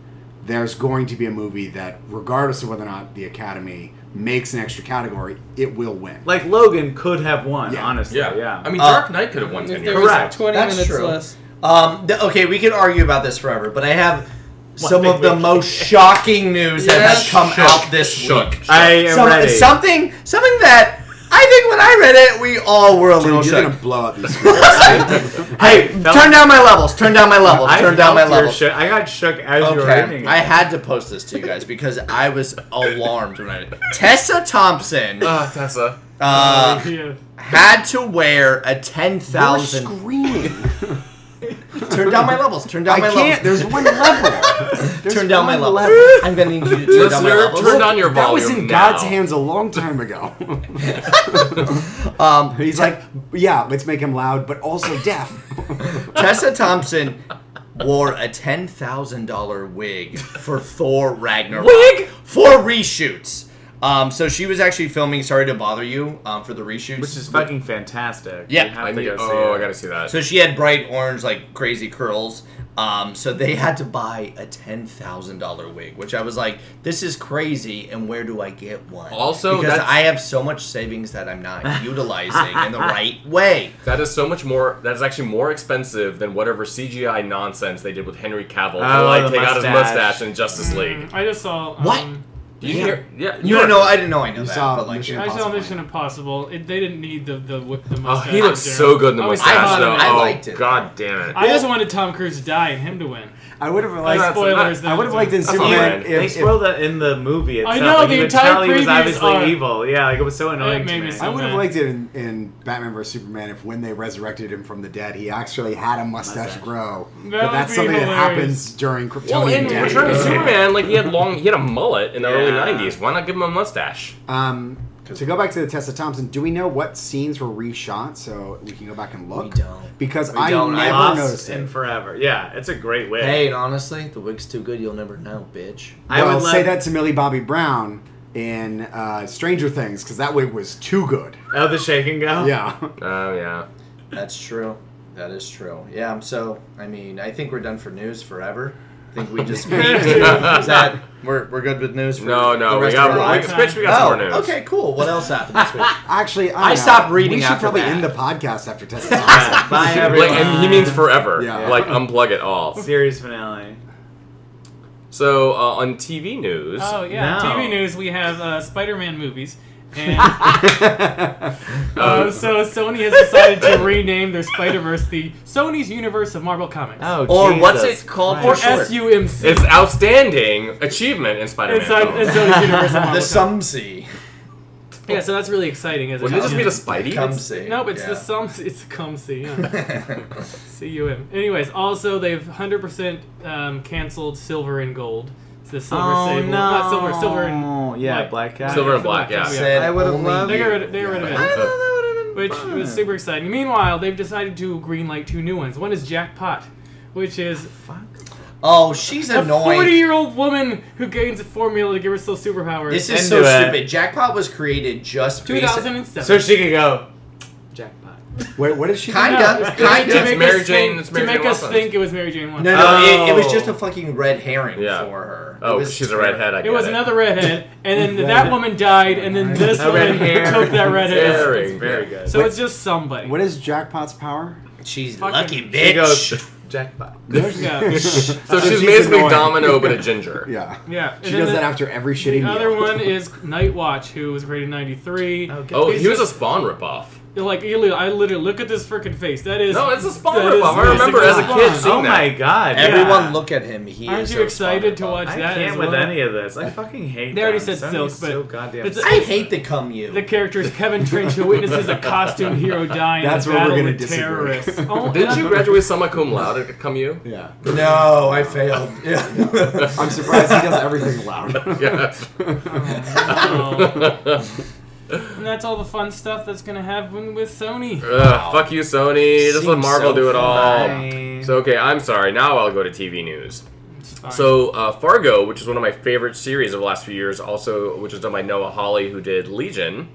there's going to be a movie that regardless of whether or not the Academy makes an extra category, it will win. Like Logan could have won. Yeah. Honestly, yeah. Yeah. I mean, Uh, Dark Knight could have won ten If years. there was Correct. 20 That's minutes true. less. Um, th- okay, we could argue about this forever, but I have some big of the wiki. most shocking news that has Yes. come out this Shook. week. I am Some- ready. Something, something that I think when I read it, we all were a Dude, little you're shook. gonna blow out (laughs) these. scores. hey, Turn down my levels. Turn down my levels. I turn down my felt your levels. shook- I got shook as you were Okay, reading. I it. had to post this to you guys because I was alarmed when I Tessa Thompson Ah, Tessa. uh, Yeah. had to wear a ten You're thousand. screaming. Turn down my levels. Turn down I my levels. can't. There's one level. There's (laughs) Turn down my one levels. I'm gonna need you to turn down my Listener, levels. turn down your That volume. was in now. God's hands a long time ago. Um, He's like, yeah, let's make him loud, but also deaf. Tessa Thompson wore a ten thousand dollar wig for Thor Ragnarok. Wig for reshoots. Um, so she was actually filming. Sorry to bother you. Um, for the reshoots, which is fucking fantastic. Yeah. You have I to need, go see oh, it. I gotta see that. So she had bright orange, like crazy curls. Um, so they had to buy a ten thousand dollar wig, which I was like, "This is crazy." And where do I get one? Also, because that's- I have so much savings that I'm (laughs) not utilizing in the right way. That is so much more. That is actually more expensive than whatever CGI nonsense they did with Henry Cavill to Oh, like the take out his mustache. mustache in Justice League. I just saw. Um, What? Did you Yeah. hear? Yeah, You don't know. I didn't know. I knew You that. saw but like, Mission I saw Impossible. Mission Impossible. It, they didn't need the the, the, the Oh, mustache. he looks in so general. good in the I was mustache, talking though. about I it. oh, liked it. God damn it! I just wanted Tom Cruise to die and him to win. I would have Like liked. that's- spoilers. I would have liked in That's all Superman right. They if, if spoiled that in the movie itself. I know, like, the you could entire tell he was previews obviously are- evil. Yeah, like it was so annoying. made to me me. so I would have Superman. liked it in, in Batman vs Superman if when they resurrected him from the dead, he actually had a mustache, Mustache. grow. but That would that's be something that hilarious. happens during Kryptonian Well, in death. Return of Superman, like he had long, he had a mullet in the early Yeah. '90s. Why not give him a mustache? Um, to go back to the Tessa Thompson, do we know what scenes were reshot so we can go back and look? We don't. Because We I don't. I never Lost noticed it. in forever. Yeah, it's a great way. Hey, and honestly, the wig's too good. You'll never know, bitch. I well, would love, say that to Millie Bobby Brown in uh, Stranger Things because that wig was too good. Oh, the shake and go. Yeah. Oh yeah. That's true. That is true. Yeah. So, I mean, I think we're done for news forever. I think we (laughs) just need to. Is that we're, we're good with news? For No, no, the we rest got, of our we, lives. Rich, we got Oh, some more news. okay, cool. What else happened this week? Actually, I, I know. stopped reading We should after probably that. end the podcast after Tessa (laughs) Thompson. Bye, Like, (laughs) everyone. and he means (laughs) forever. Yeah. Like, unplug it all. Series finale. So uh, on TV news, Oh yeah, No. TV news. We have uh, Spider-Man movies, and uh, so Sony has decided to rename their Spider-Verse the Sony's Universe of Marvel Comics, Oh, (laughs) Or Jesus what's it called? or sure. SUMC. it's outstanding achievement in Spider-Man. Inside films. Sony's Universe (laughs) of Marvel The Comics. Sumsy. Yeah, so that's really exciting. As Wouldn't it just be the announcement. Spidey? Cumsy. Nope, it's the yeah. (laughs) sum. It's the cumsy. Yeah. (laughs) C U M. Anyways, also they've hundred percent um, canceled silver and gold. It's the silver sable, not silver, silver and Oh, yeah, like, black cat. Oh, Silver and black, yeah. Said I would've only loved- They got you. rid. They got rid of I it. don't know, which was super exciting. Meanwhile, they've decided to greenlight two new ones. One is Jackpot, which is Oh, she's a annoying. forty-year-old woman who gains a formula to give herself superpowers. This is so Into it. stupid. Jackpot was created just two based- thousand and seven. So she could go. Jackpot. Wait, what did she? do? Kinda. No, it's Kinda. to It's make Mary us Jane- think- it's Mary to make Jane us Watson. think it was Mary Jane Watson. No, no, it, it was Oh. just a fucking red herring Yeah. for her. It Oh, was she's a terrible. redhead. I It was get another redhead, and then Redhead. that woman died, and then this That red woman hair. took that redhead. Very, very good. So it's just somebody. What is Jackpot's power? She's Fucking- lucky bitch. She goes jackpot. Yeah, So she's, Uh, (laughs) she's basically annoying. Domino, but a ginger. Yeah. yeah. And She then does the, that after every shitty The meal. other one is Night Watch, who was rated 93. Oh, he It's was a just- Spawn ripoff. Like Elio, I literally look at this freaking face. That is No, it's a Spawn that is ripoff. I basically remember as a Spawn. kid seeing oh that. my god! yeah. Everyone look at him. He Aren't is you so excited to responsible. watch I that? can't as with well? any of this. I fucking hate. They already them. said Sony's Silk, but so goddamn. (laughs) it's- silly. I hate the cum you. The character is Kevin Trench, who witnesses a costume hero dying That's in a where we're battle gonna with disagree. terrorists. (laughs) Oh, Didn't and you I'm- graduate summa cum laude at CumU? (laughs) Yeah. no, I failed. (laughs) Yeah. I'm surprised he does everything (laughs) loud. (laughs) Yeah. Oh. (laughs) and that's all the fun stuff that's gonna happen with Sony. (laughs) Ugh, fuck you, Sony. Just let Seems Marvel so do it all. fine. So okay, I'm sorry. Now I'll go to TV news. It's fine. So uh, Fargo, which is one of my favorite series of the last few years, also which is done by Noah Hawley, who did Legion,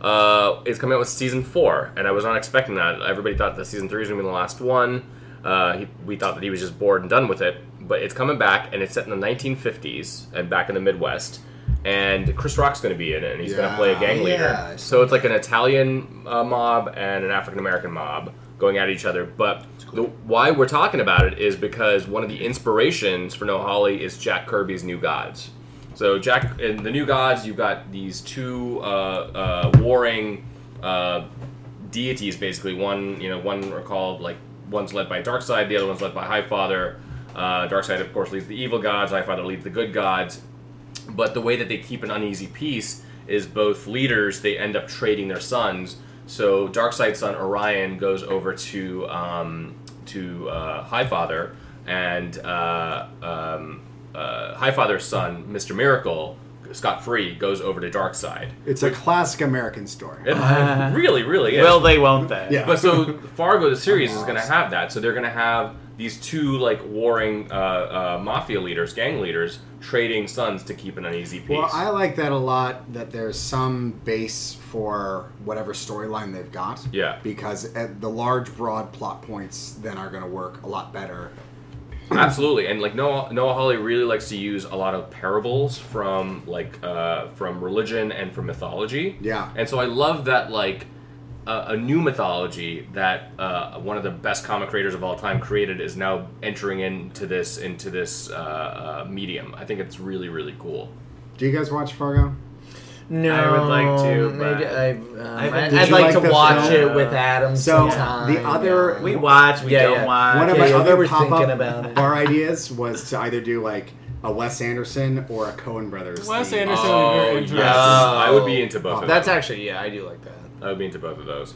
uh, is coming out with season four, and I was not expecting that. Everybody thought that season three was gonna be the last one. Uh, he, we thought that he was just bored and done with it, but it's coming back, and it's set in the 1950s and back in the Midwest. And Chris Rock's going to be in it, and he's going to Yeah. play a gang leader. Oh, Yeah, I So it's like an Italian uh, mob and an African American mob going at each other. But the, why we're talking about it is because one of the inspirations for No Holly is Jack Kirby's New Gods. So Jack in the New Gods, you've got these two uh, uh, warring uh, deities, basically. One, you know, one are called like one's led by Darkseid, the other one's led by High Father. Uh, Darkseid, of course, leads the evil gods. High Father leads the good gods but the way that they keep an uneasy peace is both leaders they end up trading their sons so darkseid's son orion goes over to um, to uh, highfather and uh, um, uh, highfather's son mr miracle scott free goes over to darkseid It's a classic American story. it really really is. Will they? Won't they? Yeah. But so Fargo the series is going to have that. So they're going to have these two like warring uh, uh, mafia leaders, gang leaders, trading sons to keep an uneasy peace. Well, I like that a lot. That there's some base for whatever storyline they've got. Yeah. Because uh, the large, broad plot points then are going to work a lot better. Absolutely, and like Noah, Noah Hawley really likes to use a lot of parables from like uh, from religion and from mythology. Yeah. and so I love that like uh, a new mythology that uh, one of the best comic creators of all time created is now entering into this into this uh, uh, medium. I think it's really really cool. Do you guys watch Fargo? No, I would like to, but- I, um, I think- I, Did would you like, like to the watch film? it with Adam So sometime. the other We watch. We Yeah, don't yeah. watch. Uh, One Uh, of Yeah, my yeah, we other were pop thinking up about it. bar ideas was to either do like a Wes Anderson or a Cohen Brothers. Wes theme. Anderson- Oh, very interesting. yes, I would be into Oh, both. of That's those. actually yeah, I do like that. I would be into both of those.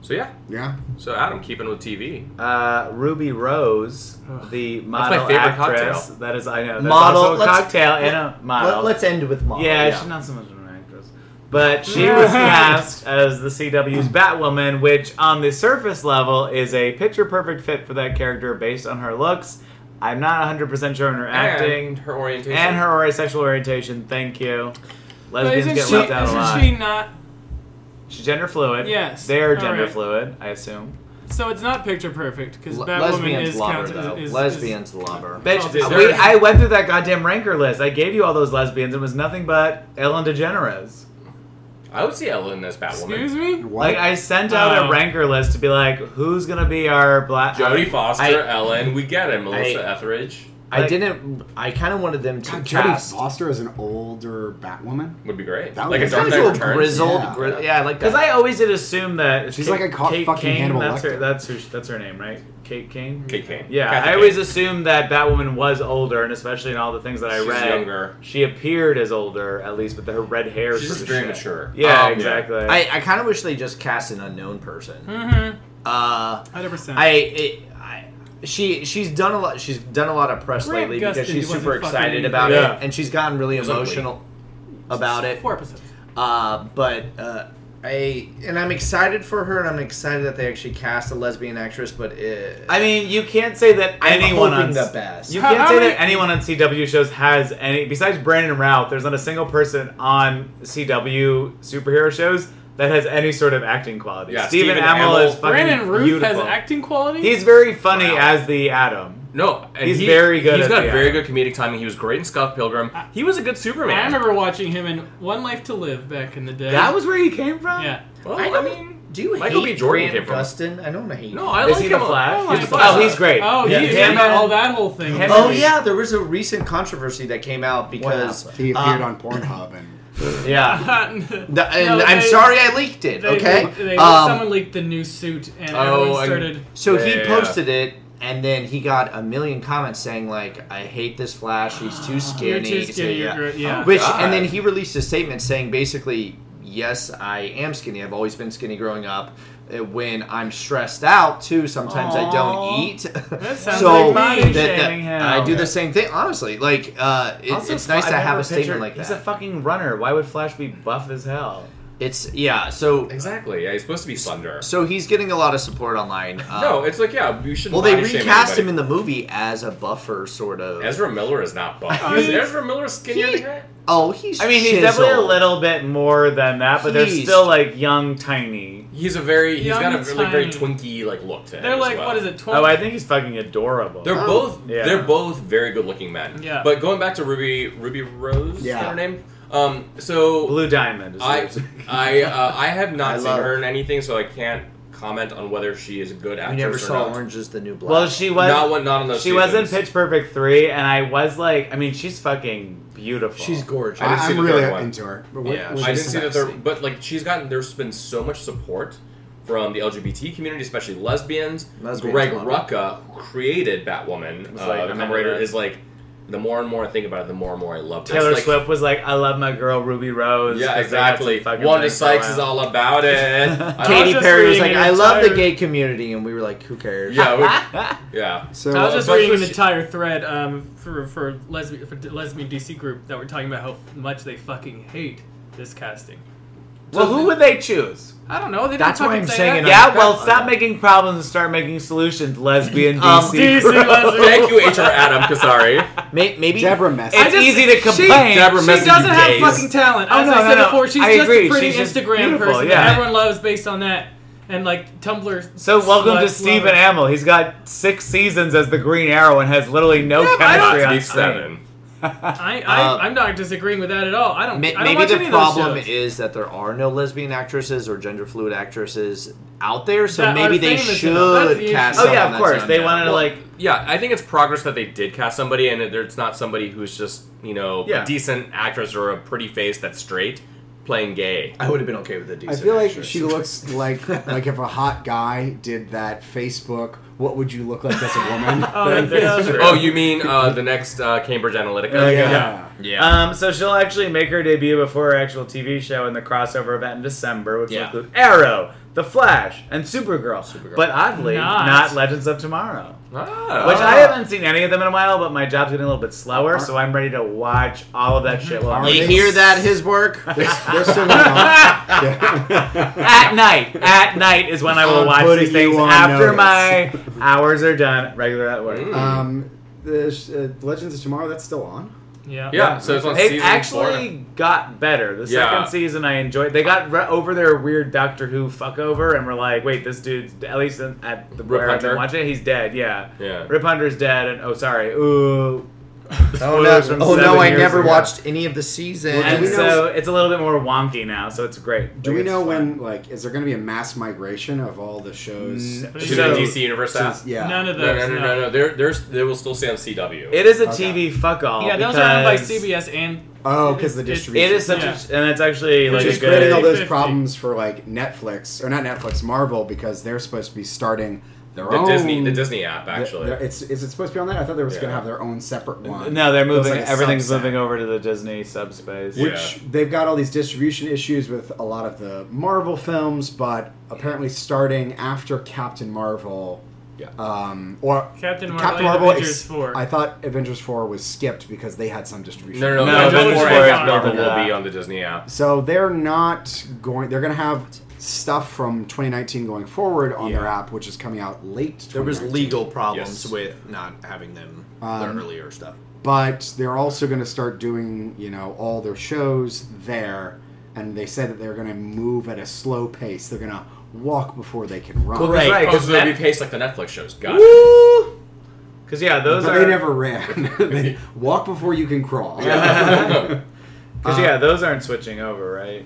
So yeah, Yeah. so Adam, keeping with TV. Uh, Ruby Rose, the my model favorite actress. cocktail. That is, I know. That's Model, also a let's- cocktail and a model. Let, us end with Oh, model. yeah, she's not so much of an actress. But she (laughs) was cast as the CW's Batwoman, which on the surface level is a picture perfect fit for that character based on her looks. I'm not 100% sure on her acting and her orientation, and her ori- sexual orientation. Thank you. But Lesbians isn't get she, left out a lot. isn't she not? She's gender fluid. Yes. They're All gender right. fluid, I assume. So it's not picture perfect because Le- Batwoman lesbians is love her counted though. as is- lesbians love her. Bitch, Oh, dude, uh, there wait, is- I went through that goddamn ranker list. I gave you all those lesbians. It was nothing but Ellen DeGeneres. I would see Ellen as is- Batwoman. Excuse me. What? Like I sent out Oh. a ranker list to be like, who's gonna be our black Jodie Foster, Um, I- Ellen, we get it. Melissa I- Etheridge. I Like- didn't. I kind of wanted them to God, Jodie cast Foster as an older Batwoman. Would be great. That like would a be Dark good. Knight Little Returns. grizzled. Yeah. Yeah, yeah I like Because that. I always did assume that She's Kate- like a co- Kate fucking Kane, Hannibal That's her. Lecter. That's who. That's her name, right? Kate Kane. Kate Kane. Yeah, Kathy I Kane. always assumed that Batwoman was older, and especially in all the things that I She's read, younger. she appeared as older, at least, but her red hair. She's sort just of very shit. mature. Yeah, Um, exactly. I, I kind of wish they just cast an unknown person. Mm-hmm. Uh, Hundred percent. I, it, I she she's done a lot. She's done a lot of press Grant lately Gustin because she's wasn't super fucking excited anything. about Yeah. it, and she's gotten really was ugly. emotional about it. Four episodes. Uh, but uh, I and I'm excited for her, and I'm excited that they actually cast a lesbian actress. But uh, it, I mean, you can't say that I'm anyone hoping on the best. You How- can't how say many- that anyone on CW shows has any besides Brandon Routh. There's not a single person on CW superhero shows that has any sort of acting quality. Yeah, Stephen Stephen Amell Amell. is fucking Brandon Ruth beautiful. has acting quality. He's very funny Wow. as the Atom. No, and He's he- very good He's at got the very act. good comedic timing. He was great in Scott Pilgrim. He was a good Superman. I remember watching him in One Life to Live back in the day. That was where he came from. yeah. Well, I I, don't- mean, do you Michael B. hate Jordan Grant came from- Gustin? I don't hate. no, him. I Is like he him. the a- Flash? Oh, He's the my Flash. Uh, Oh, he's great. Oh, Yeah. yeah. you Him about and- all that whole thing. Him (laughs) Oh and- yeah, there was a recent controversy that came out because He um, appeared on Pornhub and yeah. and The- and I'm they- sorry I leaked it. They, okay, They, they- Um, someone leaked the new suit, and Oh, everyone and- started. So Yeah, yeah, he yeah. posted it, and then he got a million comments saying like, "I hate this Flash. He's too skinny." You're too so skinny. You're gr- yeah. Which God. and then he released a statement saying basically, "Yes, I am skinny. I've always been skinny growing up. Uh, When I'm stressed out too, sometimes I don't eat. (laughs) That sounds like body that- that- shaming him. I do the same thing. Honestly, like uh, it- Also, it's nice I've to have never a statement pictured- like He's that. a fucking runner. Why would Flash be buff as hell? it's yeah. So Exactly. Yeah, he's supposed to be slender. so he's getting a lot of support online. Uh, no, it's like yeah, you should. Well, they recast him in the movie as a buffer, sort of. Ezra Miller is not buff. I Is mean, Ezra Miller skinnier he- than Grant? Oh, he's. I mean, he's chiseled. definitely a little bit more than that, but they're He's- still like young, tiny. He's a very. He's Young got a and really very tiny. twinky like look to him. They're as like, well. what is it? 12? Oh, I think he's fucking adorable. They're Oh. both Yeah. they're both very good looking men. Yeah. But going back to Ruby Ruby Rose, is that Yeah. her name. Um. So Blue Diamond. Is I I uh, I have not I seen love- her in anything, so I can't comment on whether she is a good You actress never or saw not. Orange is the New Black. (laughs) well, she was not one, not on those. she was in seasons. Pitch Perfect three, and I was like, I mean, she's fucking beautiful. she's gorgeous. I didn't I, see am the really third one. into her. But what, Yeah, what she I didn't see that says. there, but like she's gotten. There's been so much support from the LGBT community, especially lesbians. Lesbians Greg love it. Rucka, who created Batwoman, Was uh, like, the I'm into Comrade, that. is like. The more and more I think about it, the more and more I love it. Taylor It's like- Swift was like, I love my girl Ruby Rose. Yeah, 'cause they had exactly. some fucking thing Wanda for a Sykes is while. all about (laughs) it. I Katy Katy love- just Perry was reading like, "I an love the entire- gay community," and we were like, "Who cares?" (laughs) Yeah, we, yeah. So I was just But reading an she- entire thread um, for for lesbian for d- lesbian DC group that were talking about how much they fucking hate this casting. Well, who would they choose? I don't know. They didn't That's why fucking I'm say saying that. it Yeah, I'm- well, I'm- stop making problems and start making solutions, (laughs) lesbian Um, DC. (laughs) DC (laughs) lesbian. Thank you, HR Adam Kasari. May- maybe Deborah Mess. It's I just- easy to she- complain. Deborah She Message doesn't you have gays. fucking talent. Oh, As no, I no, said no. before, she's I just agree. a pretty She's just Instagram beautiful, person yeah. that everyone loves based on that. And like Tumblr. So welcome slut to Stephen lover. Amell. He's got six seasons as the Green Arrow and has literally no Yeah, but I chemistry Be on (laughs) Oh, seven. I, I, Uh, I'm not disagreeing with that at all. I don't. ma- I don't maybe watch the any of those problem shows. is that there are no lesbian actresses or gender fluid actresses out there, so That are maybe they famous enough. should That's the cast. issue. Oh someone yeah, of that's course. not They known. wanted to like Yeah, I think it's progress that they did cast somebody, and that it's not somebody who's just you know Yeah. a decent actress or a pretty face that's straight playing gay. I would have been okay with a decent. I feel like actress. she looks like like if a hot guy did that Facebook. What would you look like as (laughs) a woman? Oh, thing. yeah. Oh, you mean uh, the next uh, Cambridge Analytica? Okay. yeah. Yeah. Um, so she'll actually make her debut before her actual TV show in the crossover event in December, which Yeah. will include Arrow, The Flash, and Supergirl. Supergirl. But oddly, Not. not. Legends of Tomorrow. Ah. Which Oh. I haven't seen any of them in a while, but my job's getting a little bit slower, so I'm ready to watch all of that shit while Are (laughs) I'm You they- hear that? His (laughs) work. There's- there's someone else. Yeah. (laughs) (laughs) at night. At night is when I will I'm watch putting these things you on after notice. my hours are done. Regular at work. Mm. um, the uh, Legends of Tomorrow that's still on. Yeah. Yeah, so it's on It season actually got better. The Yeah. second season I enjoyed. They got re- over their weird Doctor Who fuckover and were like, wait, this dude's at least in- at the Rip where I've been Hunter? watching it, he's dead. Yeah. Yeah. (laughs) Rip Hunter's dead, and oh, sorry, ooh, Oh no! Spoilers from Oh no! seven I years never ago. watched any of the season. do And we know- so it's a little bit more wonky now, so it's great. Do Like, we it's know fun. when, like, is there going to be a mass migration of all the shows? N- To To So- the DC universe app. Just- yeah. None of No, those. no, no, no, no. They're, they're, they will still stay on CW. It is a Okay. TV fuck all. Yeah, those are owned by because CBS and Oh, because the It- it- distribution. It is such a, and it's actually like Which is a creating all good. those 50. problems for like Netflix or not Netflix, Marvel because they're supposed to be starting their the own Disney the Disney app their- actually. their- it's is it supposed to be on that? I thought they were just going to Yeah. have their own separate one. No, they're Looks moving. like a everything's subset. moving over to the Disney subspace. Yeah. Which they've got all these distribution issues with a lot of the Marvel films, but apparently starting after Captain Marvel, Yeah. um, or Captain Marvel. Captain and Marvel. Avengers is- Four. I thought Avengers Four was skipped because they had some distribution. no, no, no. No, Avengers Avengers four four and is Marvel built into will be that. on the Disney app. So they're not going. They're going to have stuff from 2019 going forward on their app, which is coming out late. There was 2019. legal problems Yes. with not having them Um, the earlier stuff. but they're also going to start doing you know all their shows there, and they said that they're going to move at a slow pace. They're going to walk before they can run. Well, Right, Because 'cause they'll be Oh, that- paced like the Netflix shows. Got it. Woo! Because yeah, those But are they never ran. (laughs) they walk before you can crawl. (laughs) Because yeah, those aren't switching over, right?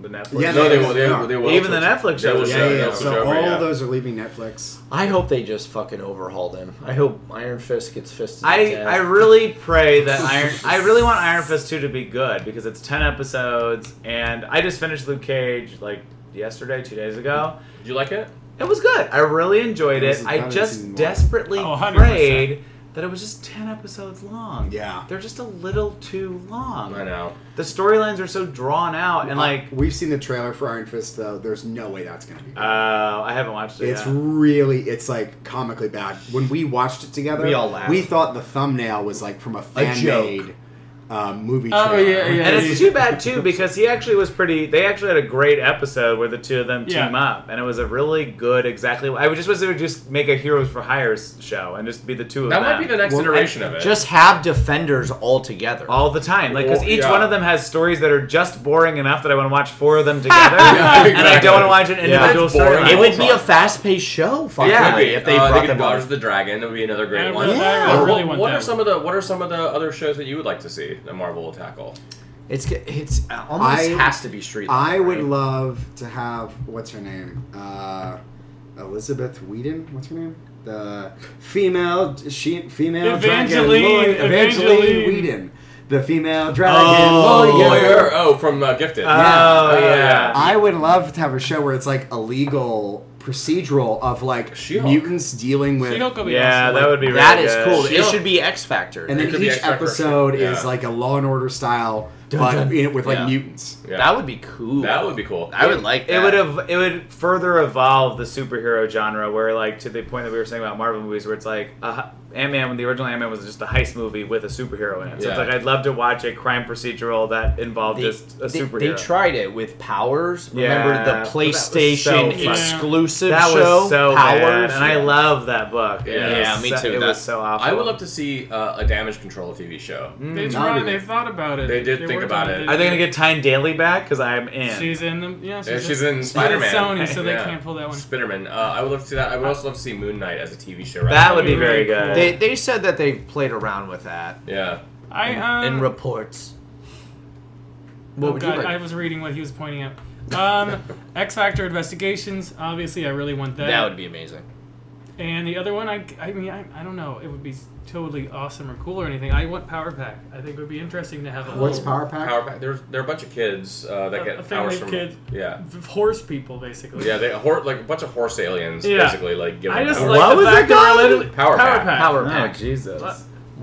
The Netflix. Yeah, (laughs) no, they yeah, will. They, yeah. will- they will. Even the Netflix They will shows. switch- Yeah, yeah, they'll yeah. switch So over, all yeah. those are leaving Netflix. I hope they just fucking overhaul them. I hope Iron Fist gets fisted. I, to death. I really pray (laughs) that Iron I really want Iron Fist 2 to be good because it's 10 episodes and I just finished Luke Cage like yesterday, 2 days ago. Did you like it? It was good. I really enjoyed This it. is I better than just one. desperately Oh, 100%. prayed that it was just 10 episodes long. Yeah. They're just a little too long. I know. The storylines are so drawn out and like we've seen the trailer for Iron Fist, though. There's no way that's going to be. uh, I haven't watched it It's yet. really, it's like comically bad. When we watched it together, We all laughed. We thought the thumbnail was like from a fan made uh, movie. Oh, trailer. yeah, yeah. And it's too bad too because he actually was pretty. They actually had a great episode where the two of them Yeah. team up, and it was a really good. Exactly, I would just wish they would just make a Heroes for Hire s- show and just be the two of That them. might be the next Well, iteration of it. just have defenders all together. all the time, like because Well, each Oh, yeah. one of them has stories that are just boring enough that I want to watch (laughs) four of them together, Yeah, and I exactly. don't want to watch an Yeah. individual That's boring. story. it would be a fast-paced show. Fucking Could Yeah, be. if they Uh, brought they could them Dodge on. the Dragon. That would be another great I one. really- I Or really what- want what are them. some of the What are some of the other shows that you would like to see that Marvel will tackle? It's it's almost I- has to be street. level, I would right? love to have what's her name, uh, Elizabeth Whedon. What's her name? The female she female Evangeline- dragon lawyer, Evangeline. Whedon. The female dragon Oh, lawyer. Lawyer. Oh, from uh, Gifted. Oh yeah. I would love to have a show where it's like a legal procedural of like She-Hulk. mutants dealing with She-Hulk will be Yeah, awesome. that would be really Oh, That is good. cool. It Shield. should be X Factor. And It then could be each X Factor. episode is Yeah. like a Law and Order style, Dun, but dun. in- with like Yeah. mutants. Yeah. that would be cool. That would be cool. I would like. That. It would have. It would further evolve the superhero genre, where like to the point that we were saying about Marvel movies, where it's like uh, Ant Man. When the original Ant Man was just a heist movie with a superhero in it, so Yeah. it's like I'd love to watch a crime procedural that involved just a they- superhero. They, tried it with Powers. Yeah, Remember but the that was so PlayStation fucking- exclusive that show? was so Powers, bad, and I love that book. It Yeah. was Yeah, me so- too. It That- was so awful. I would love to see uh, a Damage Control TV show. Mm-hmm. They Mm, tried. not They even. thought about it. They did think worked about on it. Are they gonna get Tyne Daly back? Because I'm in. She's in them. Yeah, she's, Yeah, she's in. in Spider Man. Sony, so they can't pull that one. Spiderman. Uh, I would love to see that. I would also love to see Moon Knight as a TV show. Right that now. would be very Really cool. good. They, they said that they played around with that Yeah. I um, in reports. What Oh would God, you like? I was reading what he was pointing out. Um, X Factor investigations. Obviously, I really want that. that would be amazing. And the other one, I, I mean, I, I don't know. It would be totally awesome or cool or anything. I want Power Pack. I think it would be interesting to have a What's little, Power Pack? Power Pack. There's there are a bunch of kids uh, that A- get a family powers of from kids. Yeah. v- horse people basically. Yeah, they a hor- like a bunch of horse aliens Yeah. basically like giving I just powers. like What the was fact it that called? we're literally Power Pack. Power Oh Pack. Jesus! What?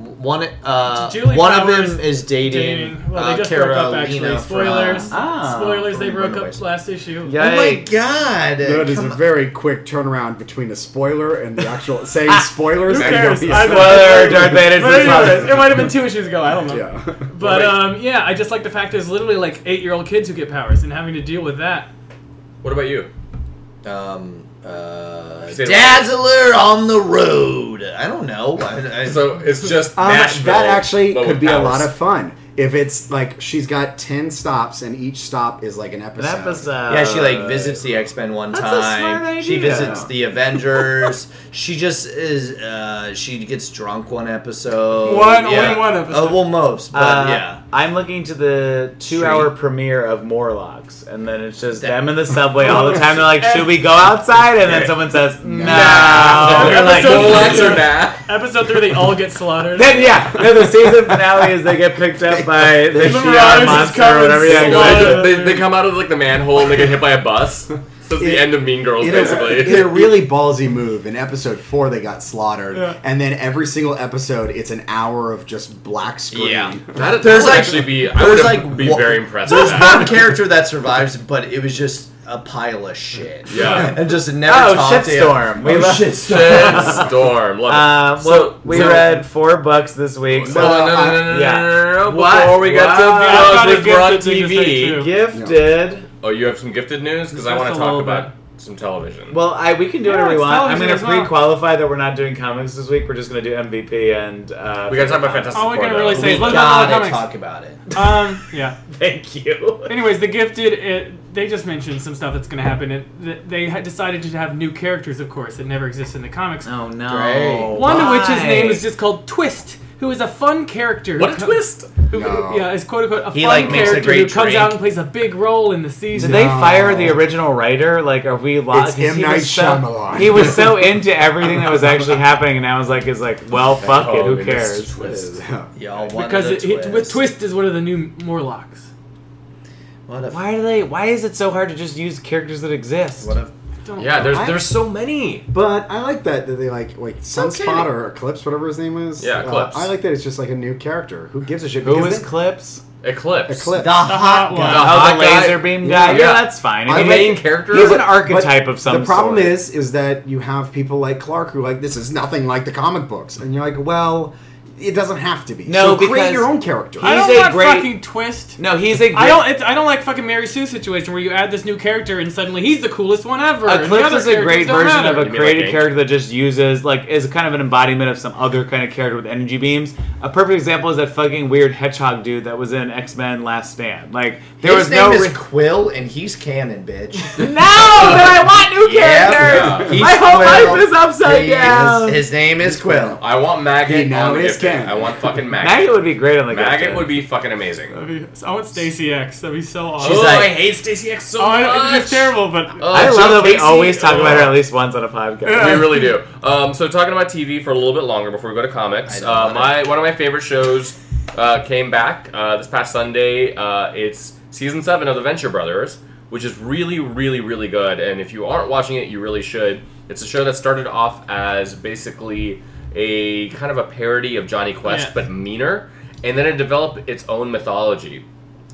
One uh, Julie one of Powers them is dating. dating. Well, they uh, just Carolina broke up actually. from- uh, Spoilers. Ah. Spoilers. They from broke up Runaways. last issue. Yeah. Oh my Yikes. god! That is a Come- very quick turnaround between a spoiler and the actual saying spoilers. Who and cares? going- I- Spoiler: Darth Vader's But anyways, it the might have been two issues ago. I don't know. (laughs) Yeah. But Wait. um, yeah, I just like the fact there's literally like eight year old kids who get powers and having to deal with that. What about you? um, uh, Say it Dazzler on the road. I don't know. I, I, So it's just Um, Nashville, that actually but could with be a (laughs) powers. lot of fun. If it's like she's got ten stops and each stop is like an An episode. uh, episode. Yeah, she like visits the X Men one That's a time. smart She idea. visits the Avengers. (laughs) she just is. Uh, she gets drunk one episode. One- yeah. only one episode. Uh, well, most, but Uh, yeah. I'm looking to the two-hour premiere of Morlocks, and then it's just them in the subway all the time. They're like, "Should (laughs) we go outside?" And then someone says, "No." Oh, You're like, Episode "What?" three. Episode three, they all get slaughtered. Then yeah, then the season finale is they get picked up (laughs) by the The Shi'ar Marauders just monster come or and whatever. Yeah, slaughter exactly. they, they come out of like the manhole and they get hit by a bus. (laughs) So it's the end of Mean Girls, It is (laughs) basically. it is a really ballsy move. In episode four, they got slaughtered, Yeah. and then every single episode, it's an hour of just black screen. Yeah. That, that There's would like- actually be. I there's would like like, be wa- very impressed. with There's (laughs) that. one character that survives, but it was just a pile of shit. Yeah. (laughs) and just never. Oh, talked to you. shitstorm! We (laughs) love. Shit storm. Love Uh, it. well, So- we so- read four books this week. So, So no, no, no, no, no, yeah. no, no, no, What? Before we got Wow. I've got to a Beyond, we're on gifted thing to say, TV. too. gifted. Oh, you have some gifted news because I Just want a to talk little about some television. Well, I we can do Yeah, whatever we it's want. I'm television going as to well. pre-qualify that we're not doing comics this week. We're just going to do MVP and uh, we got to talk about Fantastic All we Four. can though. really say We is what about gotta the comics? talk about it. Um, yeah. (laughs) Thank you. Anyways, the gifted. It, they just mentioned some stuff that's going to happen. And th- they had decided to have new characters, of course, that never exist in the comics. Oh no! Great. One of which his name is just called Twist, who is a fun character. What who a co- twist! Who, No. Yeah, is quote unquote a He, fun like, makes a character who great comes out drink. and plays a big role in the Did season. they fire the original writer? Like, are we It's lost? M. he, Night was so, Shyamalan. he was so into everything that was actually happening, and I was like, "It's like, well, fuck it. Who Oh, goodness, cares?" Twist. Y'all wanted Because a it, he- with twist. Twist is one of the new Morlocks. What a Why do they? Why is it so hard to just use characters that exist? what a Don't Yeah, there's I- there's so many. (laughs) But I like that that they like like Sunspot okay. or Eclipse, whatever his name is. Yeah, Eclipse. Uh, I like that it's just like a new character. Who gives a shit? Who Because is then- Clips? Eclipse. Eclipse? the hot hot one. one. The Oh, hot the guy- laser beam Yeah. guy. Yeah, Yeah. that's fine. I mean, The main character. He's an But- archetype of some The problem sort. is, is that you have people like Clark who are like this is nothing like the comic books, and you're like, well, it doesn't have to be. No, so create because your own character. I He's don't a want great- fucking Twist. no, he's a. I great- don't. It's, I don't like fucking Mary Sue situation where you add this new character and suddenly he's the coolest one ever. and the Eclipse other is a great characters don't version matter. of a mean like creative Ink? character that just uses like is kind of an embodiment of some other kind of character with energy beams. A perfect example is that fucking weird hedgehog dude that was in X Men Last Stand. Like there His was name no is re- Quill, and he's canon, bitch. (laughs) no, but I want new Yeah, characters. he's My whole Quill. life is upside He is- down. his name is Quill. I want Maggot. He now on the is gifted. canon. I want (laughs) fucking Maggot. Maggot would be great on the Maggot Gifted. would be fucking amazing. That'd be- I want Stacy X. That'd be so awesome. She's oh, like- I hate Stacey X so oh, I don't, much. it's terrible, but Oh, I love Joe that we Casey. always talk about her Oh. at least once on a podcast. we (laughs) really do. Um, so talking about TV for a little bit longer before we go to comics. I know. Uh, my one of my favorite shows uh, came back uh, this past Sunday. Uh, it's season seven of The Venture Brothers, which is really, really, really good. And if you aren't watching it, you really should. It's a show that started off as basically a kind of a parody of Johnny Quest, Yeah. but meaner, and then it developed its own mythology.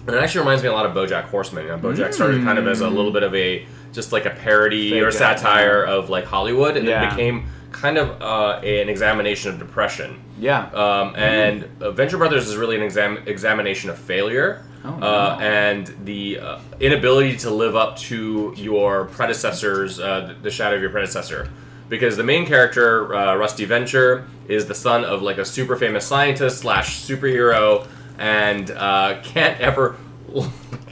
And it actually reminds me a lot of BoJack Horseman. You know, BoJack started kind of as Hmm. a little bit of a just like a parody Fake or out. satire of like Hollywood, and Yeah. then became kind of uh, an examination of depression. Yeah. Um, and uh, Venture Brothers is really an exam- examination of failure uh, and the uh, inability to live up to your predecessors, uh, the shadow of your predecessor. Because the main character, uh, Rusty Venture, is the son of like a super famous scientist slash superhero, and uh, can't ever. (laughs)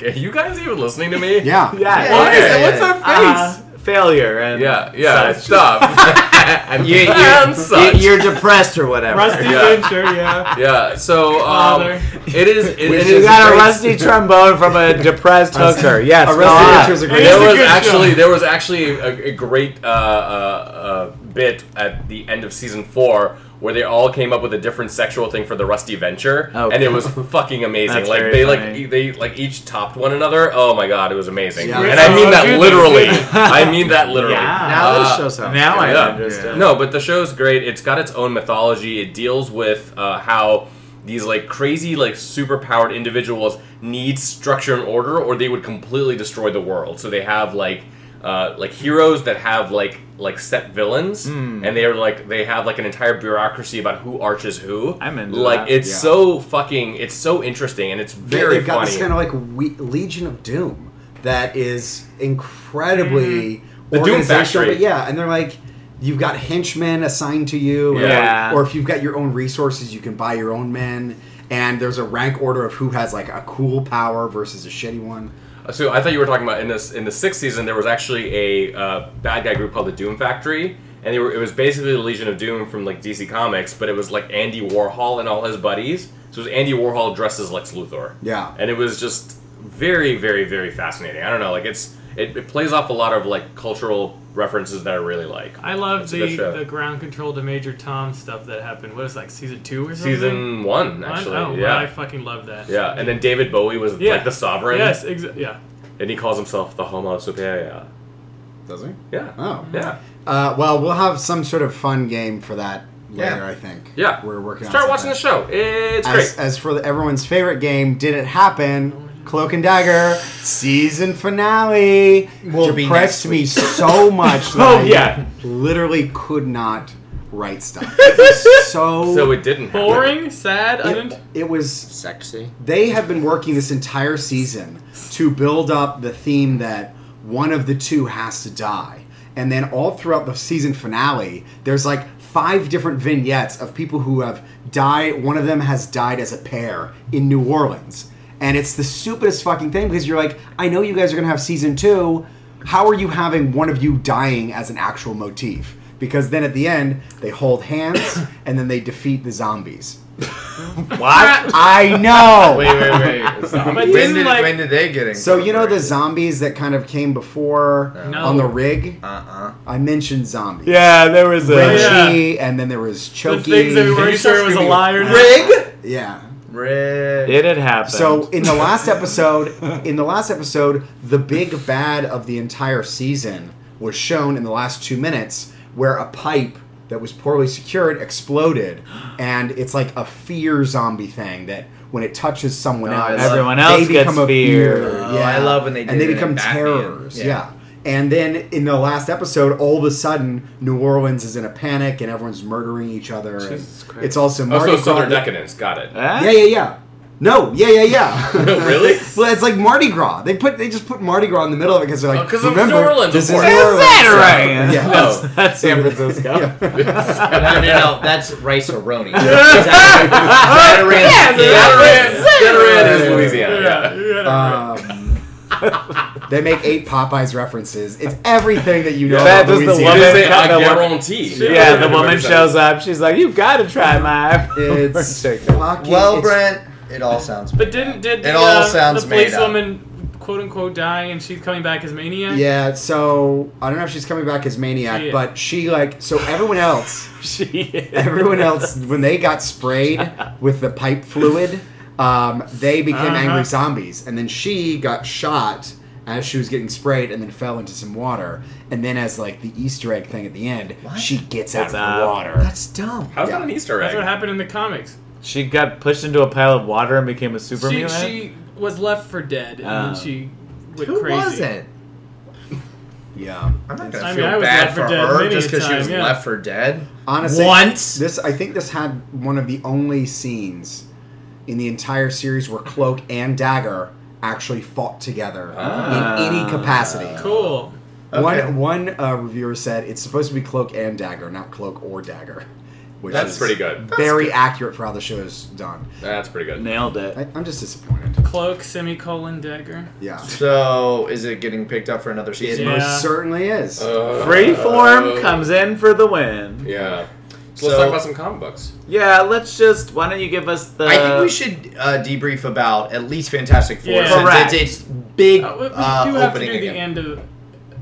Are you guys even listening to me? yeah, Yeah. Yeah, okay. yeah, What's yeah. our face? failure and Yeah, yeah, such. (laughs) stop. and (laughs) You, and such. are depressed or whatever. Rusty Yeah. (laughs) Venture, yeah. yeah, so um, Father. it is. It, it You is got a great- rusty trombone from a depressed hooker. Yes, Arrested go on. Adventure is a great It is There a was good actually show. there was actually a, a great uh, uh, uh, bit at the end of season four where they all came up with a different sexual thing for the Rusty Venture, Oh, and it was fucking amazing. That's like very they like funny. e- they like each topped one another. Oh my god, it was amazing. Yeah. And I mean that Yeah. literally. I mean that literally. Yeah. Now Uh, this show sounds. Now I'm Yeah. interested. No, but the show's great. It's got its own mythology. It deals with uh, how these like crazy like super powered individuals need structure and order or they would completely destroy the world so they have like uh, like heroes that have like like set villains Hmm. and they're like they have like an entire bureaucracy about who arches who I'm into like that, it's yeah. so fucking it's so interesting and it's They, very have got funny this kind of like we- Legion of Doom that is incredibly The Doom organizational, Factory. but yeah, and they're like. You've got henchmen assigned to you, or- Yeah. or if you've got your own resources, you can buy your own men. and there's a rank order of who has like a cool power versus a shitty one. So I thought you were talking about in this in the sixth season there was actually a uh, bad guy group called the Doom Factory, and they were, it was basically the Legion of Doom from like DC Comics, but it was like Andy Warhol and all his buddies. So it was Andy Warhol dressed as Lex Luthor. Yeah. and it was just very very very fascinating. I don't know, like it's it, it plays off a lot of like cultural references that I really like. I love It's a good the, show. the ground control to Major Tom stuff that happened. What was it, like season two or something? season one One? actually. oh, yeah. well, I fucking love that. yeah, and then David Bowie was Yeah. like the sovereign, Yes, exa- yeah. and he calls himself the Homo Superior. Does he? Yeah, Oh. yeah. Uh, well, we'll have some sort of fun game for that later. Yeah. I think. Yeah, We're working. Start on watching the something. show. It's great. As, as for the, everyone's favorite game, did it happen? Cloak and Dagger season finale Will be next depressed me so (laughs) much. that Oh, I yeah. literally could not write (laughs) stuff. It was so so it didn't happen. Boring, sad, it, un- it was Sexy. they have been working this entire season to build up the theme that one of the two has to die. And then all throughout the season finale, there's like five different vignettes of people who have died. One of them has died as a pair in New Orleans. And it's the stupidest fucking thing because you're like, I know you guys are going to have season two. How are you having one of you dying as an actual motif? Because then at the end, they hold hands and then they defeat the zombies. What? I know! Wait, wait, wait. But when, didn't did, like when did they get in? So you know the zombies that kind of came before No. on the rig? Uh uh I mentioned zombies. Yeah, there was a. Richie, Yeah. and then there was the Chokey. things that we Can you weren't start sure was a screaming, lie or not. Rig? (laughs) yeah. Red. It had happened. So in the last episode, (laughs) in the last episode, the big bad of the entire season was shown in the last two minutes, where a pipe that was poorly secured exploded, and it's like a fear zombie thing that when it touches someone Oh, I else, love- Everyone else they gets become a feared. fear. Oh, I love when they and did they it in become Batman. terrors. Yeah. Yeah. And then in the last episode, all of a sudden, New Orleans is in a panic and everyone's murdering each other. and Jesus Christ. It's also Mardi Also, Southern Gras. Decadence. Got it. Huh? Yeah, yeah, yeah. No, yeah, yeah, yeah. No, (laughs) really? (laughs) Well, it's like Mardi Gras. They put they just put Mardi Gras in the middle of it because they're like, Oh, 'cause of remember, New Orleans, this of is course. Oh. New Is Orleans. that right? (laughs) Yeah. (laughs) No. That's San Francisco. (laughs) No, no, no, no, that's rice (laughs) aroni. yeah, Gatorade Gatorade is Yeah. Louisiana. Yeah, Yeah. yeah. Um, they make eight Popeyes references. It's everything that you know. That about was the You Louisiana. didn't woman- say I the woman- guarantee. (laughs) Yeah, the woman shows up. She's like, "You got to try my." (laughs) (laughs) It's chicken." fucking. Well, it's- Brent, it all sounds. But didn't did the, It all uh, sounds the made police up. woman quote unquote die and she's coming back as maniac? Yeah, so I don't know if she's coming back as Maniac, She is. but she like so everyone else, (laughs) she. everyone else when they got sprayed with the pipe fluid, um, they became Uh-huh. angry zombies, and then she got shot as she was getting sprayed, and then fell into some water, and then as like the Easter egg thing at the end, she gets out Gets of the out. water. That's dumb. How's Yeah. that an Easter That's what egg? happened in the comics. She got pushed into a pile of water and became a super She, mutant. she was left for dead and Oh. then she went Who crazy. was it? Yeah, I'm not I gonna mean, feel I was bad left for for dead her many just a because she time, was yeah. left for dead. honestly, Once? this I think this had one of the only scenes in the entire series where Cloak and Dagger actually fought together in any capacity. Cool. Okay. One one uh, reviewer said it's supposed to be cloak and dagger, not cloak or dagger. Which That's is pretty good. That's Very accurate for how the show is done. That's pretty good. nailed it. I, I'm just disappointed. Cloak, semicolon, dagger. Yeah, So is it getting picked up for another it season? Yeah. most certainly is. Uh, Freeform comes in for the win. Yeah. So, let's So- talk about some comic books. Yeah, let's just. Why don't you give us the? I think we should uh, debrief about at least Fantastic Four Yeah. since Correct. it's, it's big Uh, we we uh, do have to opening do the again. end of.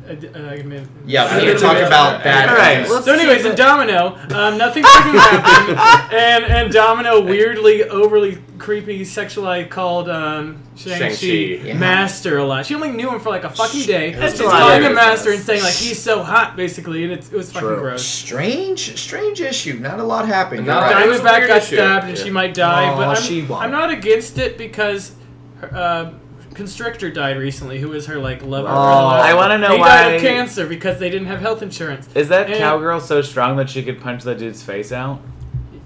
Uh, uh, I mean- Yeah, we Yeah, need to talk yeah. about bad. All right, news. let's- So, anyways, in Domino, um, nothing (laughs) fucking happened, and and Domino weirdly, overly creepy, sexualized called um, Shang Shang-Chi. Chi Yeah. master a lot. She only knew him for like a fucking day. was She's hilarious. calling him master and saying like he's so hot, basically, and it's, it was fucking True. gross. strange, strange issue. Not a lot happened. Not You're right. that- was a Diamondback weird got issue. stabbed and Yeah. she might die, Aw, but I'm, she won't. I'm not against it because her, uh, Constrictor died recently, who was her like lover. for the Oh, last- I wanna know he why- died of cancer because they didn't have health insurance. Is that And- cowgirl so strong that she could punch that dude's face out?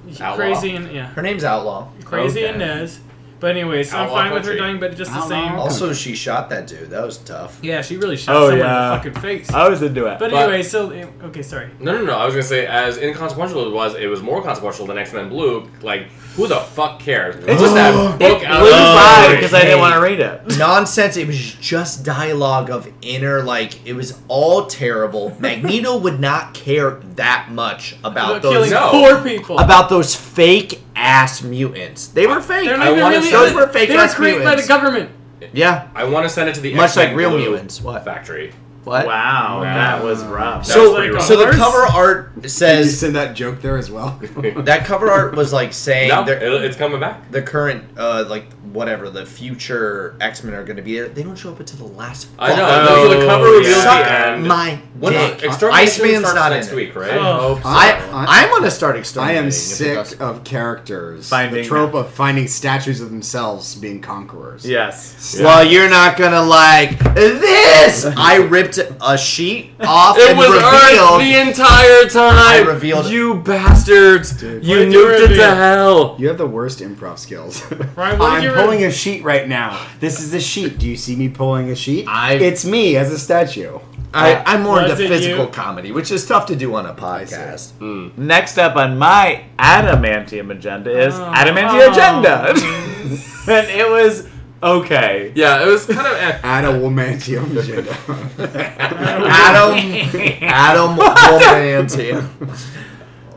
She's Outlaw. Crazy and yeah. Her name's Outlaw. Crazy Okay. Inez. But anyways, so I'm Outlaw fine with her country. dying, but just the Outlaw. same. Also, she shot that dude. That was tough. Yeah, she really shot Oh, someone yeah. in the fucking face. I was into it. Uh, but anyway, so eh, okay, sorry. No, no, no. I was gonna say, as inconsequential as it was, it was more consequential than X Men Blue. Like, who the fuck cares? Put just- that book out blew of by the way. because I didn't want to read it. Nonsense. It was just dialogue of inner, like it was all (laughs) terrible. Magneto would not care that much about About those killing no. four people. about those fake ass mutants. They were fake. They're I not even wanna really. say- those were fake they were ass created by the mutants. government. yeah, I want to send it to the Much X-Men like real Blue mutants. What? factory. what? Wow, that was rough. That So, was pretty rough. so the Colors? cover art Did (laughs) you says send that joke there (laughs) as well? that cover art was like saying no, they're- it, it's coming back. the current uh like whatever the future X Men are going to be there. They don't show up until the last. I know. fucking- Oh, so the cover yeah. reveals Suck the end. my When dick. is Extermination Iceman's starts not next in it. week, right? Oh. I, I- I am gonna start I exterminating. am if it sick of characters. Finding the trope them. of finding statues of themselves being conquerors. Yes. doesn't- Well, you're not gonna like this. (laughs) I ripped a sheet off It and was Earth revealed. the entire time. I revealed- you bastards. You What did you nuked it to reveal? hell. You have the worst improv skills. (laughs) Ryan, what did I'm you re- pulling a sheet right now. This is a sheet. Do you see me pulling a sheet? I- it's me as a statue. I, I'm more into Was it physical you? comedy, which is tough to do on a podcast. Next up on my adamantium agenda is Oh. adamantium Oh. agenda, (laughs) and it was okay. Yeah, it was kind of. Eh. Add a womantium (laughs) agenda. Adam, (laughs) Adam Wolmantian. (laughs)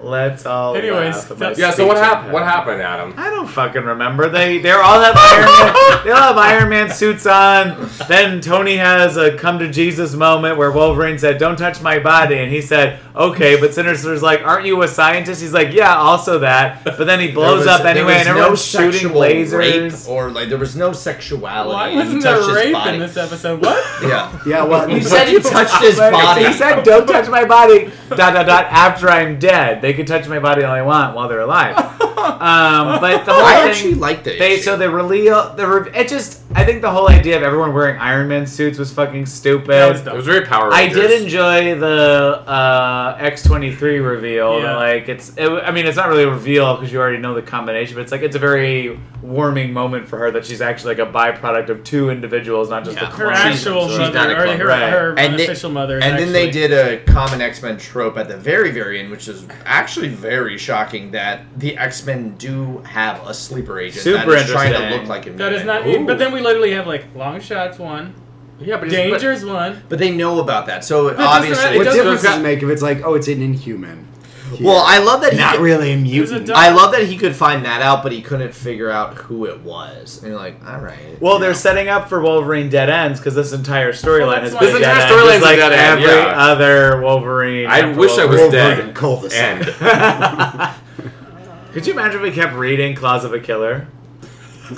Let's all. Anyways, laugh at my Yeah. So speech what happened? impediment. What happened, Adam? I don't fucking remember. They they are all have Iron Man, they all have Iron Man suits on. Then Tony has a come to Jesus moment where Wolverine said, "Don't touch my body," and he said, "Okay." But Sinister's like, "Aren't you a scientist?" He's like, "Yeah, also that." But then he blows There was- up there anyway, was and no everyone's shooting sexual rape lasers. or like there was no sexuality. Why You wasn't touched there his rape body. in this episode? What? Yeah. yeah, well, You said you (laughs) touched his But body. He said, "Don't touch my body." Dot dot dot. After I'm dead, they can touch my body all they want while they're alive. Um, but the whole I thing- actually liked it. They so they reveal the re- it just I think the whole idea of everyone wearing Iron Man suits was fucking stupid. That was It dumb. was very Power I Rangers. did enjoy the uh, X twenty three reveal. Yeah. Like it's it, I mean it's not really a reveal because you already know the combination, but it's like it's a very warming moment for her that she's actually like a byproduct of two individuals, not just Yeah, a her clone. actual she's mother, not a or clone. her, Right. her And they- unofficial mother. is And then they actually- did a common X Men trope at the very, very end, which is actually very shocking that the X Men do have a sleeper agent Super that is trying to interesting. look like a That is not. Ooh. But then we literally have like long shots one, Yeah, but it's- but- dangers one. But they know about that, so doesn't matter, obviously. it what does- difference does got- it make if it's like, oh, it's an inhuman? Here. well, I love that he. not could- really a was a mutant. dumb- I love that he could find that out, but he couldn't figure out who it was. And you're like, all right. Well, they're setting up for Wolverine dead ends because this entire storyline Well, has that's been why- dead This entire end, storyline's just like a dead end, every yeah. other Wolverine. I after wish I was Wolverine. dead. Wolverine cul-de-sac. End. (laughs) (laughs) Could you imagine if we kept reading Claws of a Killer?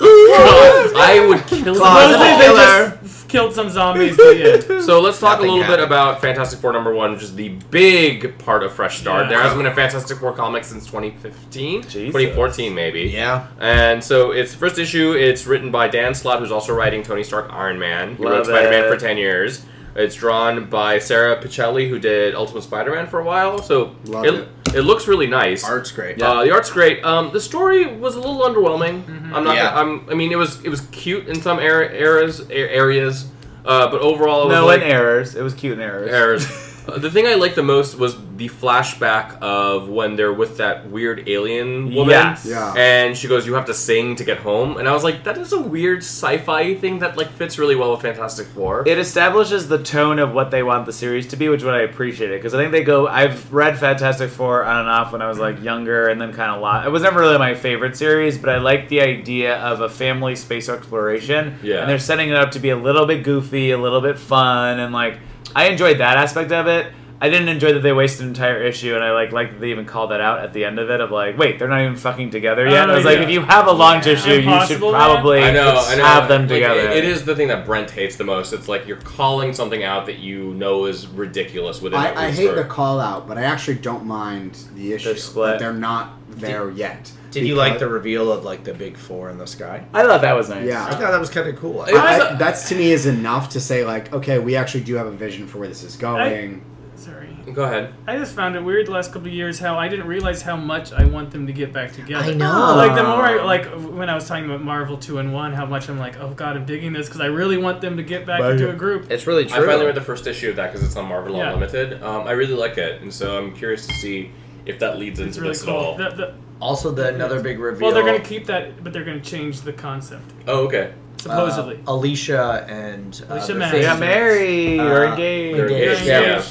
I would kill Claws them of Supposedly a all. they killer. just killed some zombies. at the (laughs) end. So let's talk Nothing a little bit happened. about Fantastic Four number one, which is the big part of Fresh Start. Yeah. There hasn't been a Fantastic Four comic since 2015, Jesus. 2014 maybe. Yeah. And so it's first issue. It's written by Dan Slott, who's also writing Tony Stark Iron Man. He wrote Love Spider Man it. for ten years. It's drawn by Sarah Pichelli, who did Ultimate Spider Man for a while. So Love it, it looks really nice. Art's great. Uh, the art's great. Um, the story was a little underwhelming. I'm not. Yeah. gonna- I'm. I mean, it was. It was cute in some er- eras. Er- areas. Uh, but overall, it was No, like, in errors. Oh, It was cute in errors. errors. Uh, (laughs) the thing I liked the most was the flashback of when they're with that weird alien woman. Yes. Yeah. And she goes, "You have to sing to get home," and I was like, "That is a weird sci-fi thing that like fits really well with Fantastic Four. It establishes the tone of what they want the series to be, which is what I appreciate it because I think they go. I've read Fantastic Four on and off when I was like younger, and then kind of lot. It was never really my favorite series, but I like the idea of a family space exploration. Yeah. and they're setting it up to be a little bit goofy, a little bit fun, and like I enjoyed that aspect of it. I didn't enjoy that they wasted an entire issue, and I like like that they even called that out at the end of it of like, wait, they're not even fucking together yet. And I Oh, was like, yeah. if you have a launch issue, you should Impossible Man? probably I know, I know. have them Like, together. it- it is the thing that Brent hates the most. It's like you're calling something out that you know is ridiculous within that I, I week's hate story. the call out, but I actually don't mind the issue. split. That they're not there yet. Did you like the Because- reveal of like the big four in the sky? I thought that was nice. Yeah. I thought that was kind of cool. It was I- a- that's to me is enough to say like, okay, we actually do have a vision for where this is going. Sorry. Go ahead. I just found it weird the last couple of years how I didn't realize how much I want them to get back together. I know. Like the more I, like when I was talking about Marvel two and one, how much I'm like, oh god, I'm digging this because I really want them to get back into a group. It's really true. I finally read the first issue of that because it's on Marvel Yeah. Unlimited. Um, I really like it, and so I'm curious to see if that leads It's into really this cool. at all. The- the- Also, the another big reveal. well, they're gonna keep that, but they're gonna change the concept Oh, okay. uh, supposedly. Alicia and uh, Alicia their Mack. They face- got married or Uh, engaged. They're engaged. engaged, Yeah.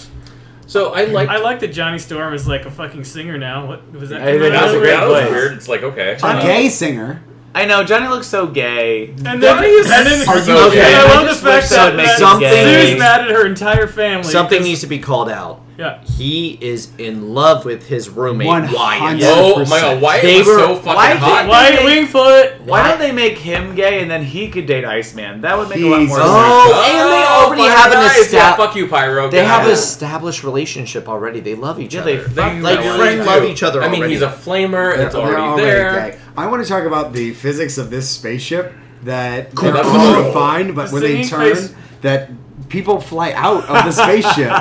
So I like. I like that Johnny Storm is like a fucking singer now. What was that? Hey, that was, That's a a great that was place. weird. It's like okay. A Uh, gay singer. I know Johnny looks so gay. And then, Johnny is and then Are you okay, okay? I I love the just fact wish that that, would make that us gay. Sue's mad at her entire family. Something 'cause- needs to be called out. Yeah. He is in love with his roommate One Wyatt. hundred- oh my god, Wyatt They was were- so fucking Wyatt- hot. White Wingfoot. Why don't they make him gay and then he could date Iceman? That would make a lot more Jesus. sense. Oh, and they already Pyro have an guys. estab- Yeah, fuck you, Pyro. They have guys. an established relationship already. They love each Yeah, other. they fuck They Like, really friend do. love each other I mean, already. he's a flamer. it's They're- they're already, there. gay. Oh I want to talk about the physics of this spaceship that Cool. they're all refined, but The when they singing turn, face. that people fly out of the spaceship.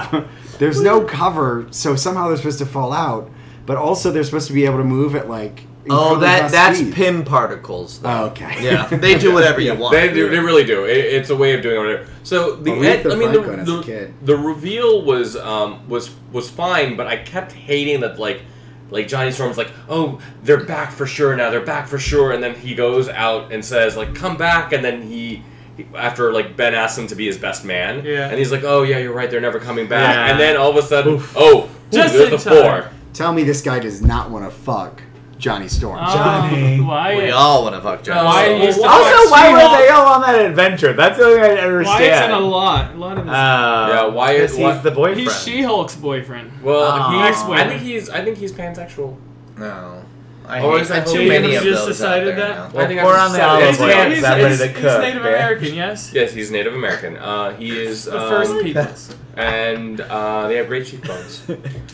There's no cover, so somehow they're supposed to fall out. But also, they're supposed to be able to move at like oh, incredibly that fast that's speed. Pym particles. Though. Oh, okay. Yeah, they do whatever you want. They, do, they really do. It, it's a way of doing it. Whatever. So the Aretha I mean, the, Franklin as a the, kid. the reveal was um, was was fine, but I kept hating that like like Johnny Storm's like, oh, they're back for sure now. They're back for sure, and then he goes out and says like, come back, and then he. he- After like Ben asks him to be his best man, Yeah. and he's like, "Oh yeah, you're right. They're never coming back." Yeah. And then all of a sudden, oh, Just just in the time. four. (laughs) Tell me this guy does not want to fuck Johnny Storm. Johnny. Um, Wyatt. We all want to fuck Johnny. Why Well, used to also, fuck Also, why She-Hulk. were they all on that adventure? That's the only thing I didn't Wyatt's in understand. a lot. A lot of this. Uh, Yeah, why- 'cause he's why- the boyfriend. He's She Hulk's boyfriend. Well, Oh. he- Next I one. think he's I think he's pansexual. No. I Or hate is that too James many of just those decided out there that? now. I think Well, we're I've on the said island it. He's, boy. he's- Wyatt's not ready he's- to he's cook, Native man. American, yes? Yes, he's Native American. Uh, he is The um, first (laughs) peoples. and uh, they have great (laughs) cheekbones.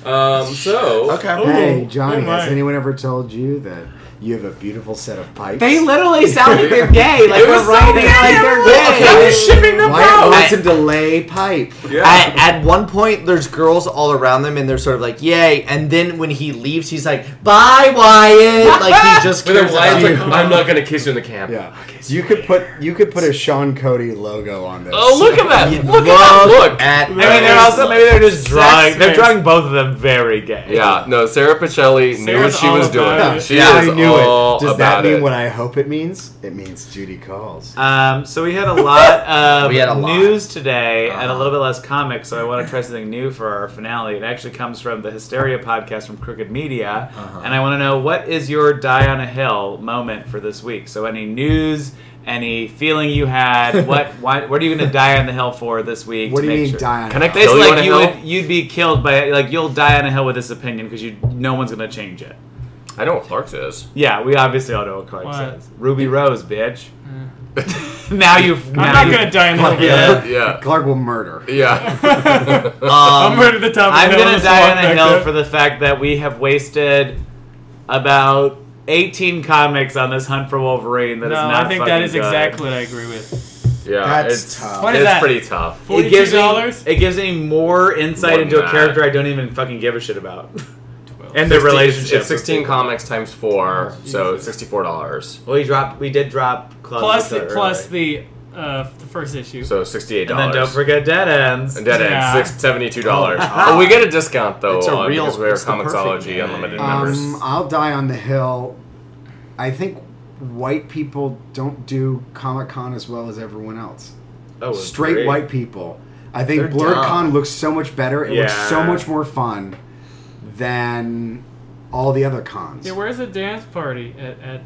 Um, so Okay. Hey, Ooh, Johnny, oh my. has anyone ever told you that you have a beautiful set of pipes? They literally sound like they're gay. Like It they're was so writing gay, like they they're were like, "How gay. is shipping them Why out?" wants him to lay pipe? Yeah. At, at one point, there's girls all around them, and they're sort of like, "Yay!" And then when he leaves, he's like, "Bye, Wyatt." Like he just But then cares about Wyatt's you. like, I'm not gonna kiss you in the camp. Yeah. you could put you could put a Sean Cody logo on this. Oh, look at that! You Look at that! love Look. at. I mean, they're also maybe they're just drawing. They're face. drawing both of them very gay. Yeah, no, Sarah Pacelli knew what Sarah's she all was about doing. it. She yeah, is I knew all it. Does about that mean it. what I hope it means? It means Judy calls. Um, so we had a lot of We had a lot. news today and a Uh-huh. little bit less comics, so I want to try something new for our finale. It actually comes from the Hysteria podcast from Crooked Media, and I want to know what is your die on a hill moment for this week? So any news, any feeling you had, what why, what are you going to die on the hill for this week? what to do you make mean, sure? Diana? Can I- Basically, Kill you on like a you hill? would you'd be killed by like you'll die on a hill with this opinion because you no one's going to change it. I know what (laughs) Clark's is. Yeah, we obviously all know what Clark What? says. Ruby Rose, bitch. (laughs) now you've. I'm now not you've- gonna die in the Clark, hill. yeah. Yeah, Clark will murder. yeah. (laughs) Um, I'm right at the top of I'm the hill. gonna just die walk on a back hill there. for the fact that we have wasted about 18 comics on this hunt for Wolverine. That is No, not. I think that fucking is good. exactly what I agree with. Yeah, That's it's, tough. What is it's that? pretty tough. It gives me- $42? It gives me more insight More into than a character that. I don't even fucking give a shit about, (laughs) and their relationship. It's 16 comics times four, so $64. Well, we dropped. We did drop Claus Plus, Luther plus early. the, uh, the first issue. So $68. And then don't forget Dead Ends. And Dead Yeah. End, six seventy two dollars. Oh, we get a discount though. It's a on- real- because we're it's the perfect Comixology guy. Unlimited members. Um, I'll die on the hill. I think white people don't do Comic Con as well as everyone else. Oh, it was Straight great. white people. I think They're BlurredCon dumb. looks so much better. It looks so Yeah. much more fun than all the other cons. yeah, where's the dance party at, at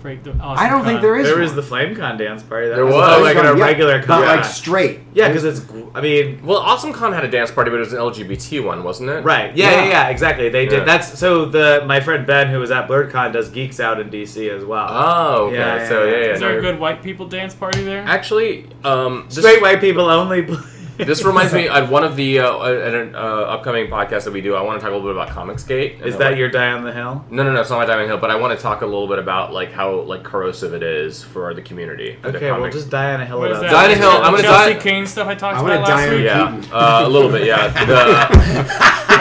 Frank the I don't think there is. There was one. the FlameCon dance party. That There not was. like Yeah, a regular con. But (laughs) like straight. (laughs) yeah, because it's. gr- I mean, well, Awesome Con had a dance party, but it was an LGBT one, wasn't it? right? Yeah, yeah, Yeah. yeah. exactly. They Yeah. did. That's so. The my friend Ben, who was at BlurredCon, does Geeks Out in DC as well. Oh, okay. Yeah, yeah, so yeah. yeah, yeah. Is no, there a you're- good white people dance party there? Actually, um, this- Straight white people only. (laughs) This reminds me at one of the uh, at an uh, upcoming podcast that we do. I want to talk a little bit about Comics Gate. Is that your die on the hill? No, no, no. It's not my Diamond Hill, but I want to talk a little bit about like how like corrosive it is for the community. For the Okay, we'll comic- just die on a hill What is about that? Diana Hill, I'm gonna Chelsea die- Kane stuff I talked I wanna about last die on- week. Yeah, uh, a little (laughs) bit. Yeah,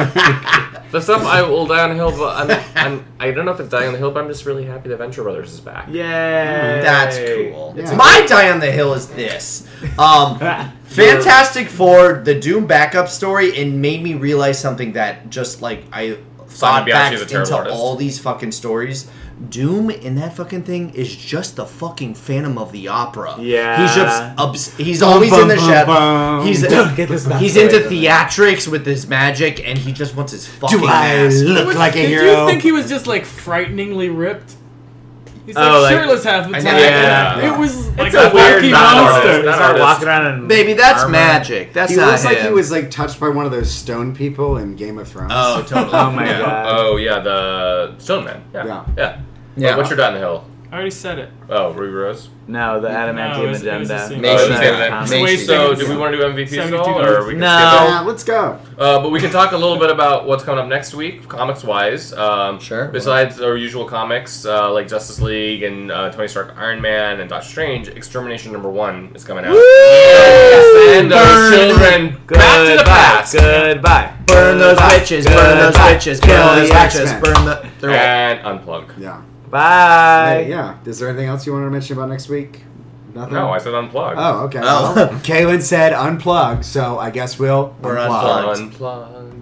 the, the stuff I will die on a hill, but I'm, I'm I don't know if it's die on the hill, but I'm just really happy that Venture Brothers is back. Yay! Mm, That's cool. Yeah. My die on the hill is this. (laughs) Um, Fantastic Four, the Doom backup story, and made me realize something that just like I thought Biaggi back is a into terrible artist. all these fucking stories. Doom in that fucking thing is just the fucking Phantom of the Opera. Yeah. he's just obs- he's always in the bum, shadow. bum. He's Get this back he's to into it. theatrics with his magic, and he just wants his fucking Do I ass. look Was- like a did hero? you think he was just like frighteningly ripped? He's like Oh, like- shirtless half the I time. know, yeah. It was like It's a weird wacky not monster. artist, not That artist. artist. walking around in Baby, that's armor. magic. That's he not looks like him. he was like touched by one of those stone people in Game of Thrones. Oh, totally. Oh my Yeah. god. Oh yeah, the Stone Man. Yeah. Yeah. Yeah. Yeah. what's your die on the hill? I already said it. Oh, Ruby Rose. No, the adamantium it was- it agenda. was just- Oh, Nation. it's the other Nation. day. Nation. So, do we want to do MVPs at all, 72 or we can No. skip it? Yeah, let's go. Uh, but we can talk a little bit about what's coming up next week, comics wise. Um, Sure. Besides our usual comics uh, like Justice League and uh, Tony Stark, Iron Man, and Doctor Strange, Extermination Number One is coming out. Yes, and our children back to the past. Goodbye. burn those Goodbye. witches, burn those Goodbye. witches, burn those Kill the witches, X-Men. burn the. They're right. And unplug. Yeah. Bye. Hey, yeah. Is there anything else you wanted to mention about next week? Nothing. No, I said unplug. Oh, okay. Oh. Well, Kaylin said unplug, so I guess we'll We're unplug. unplugged. unplug.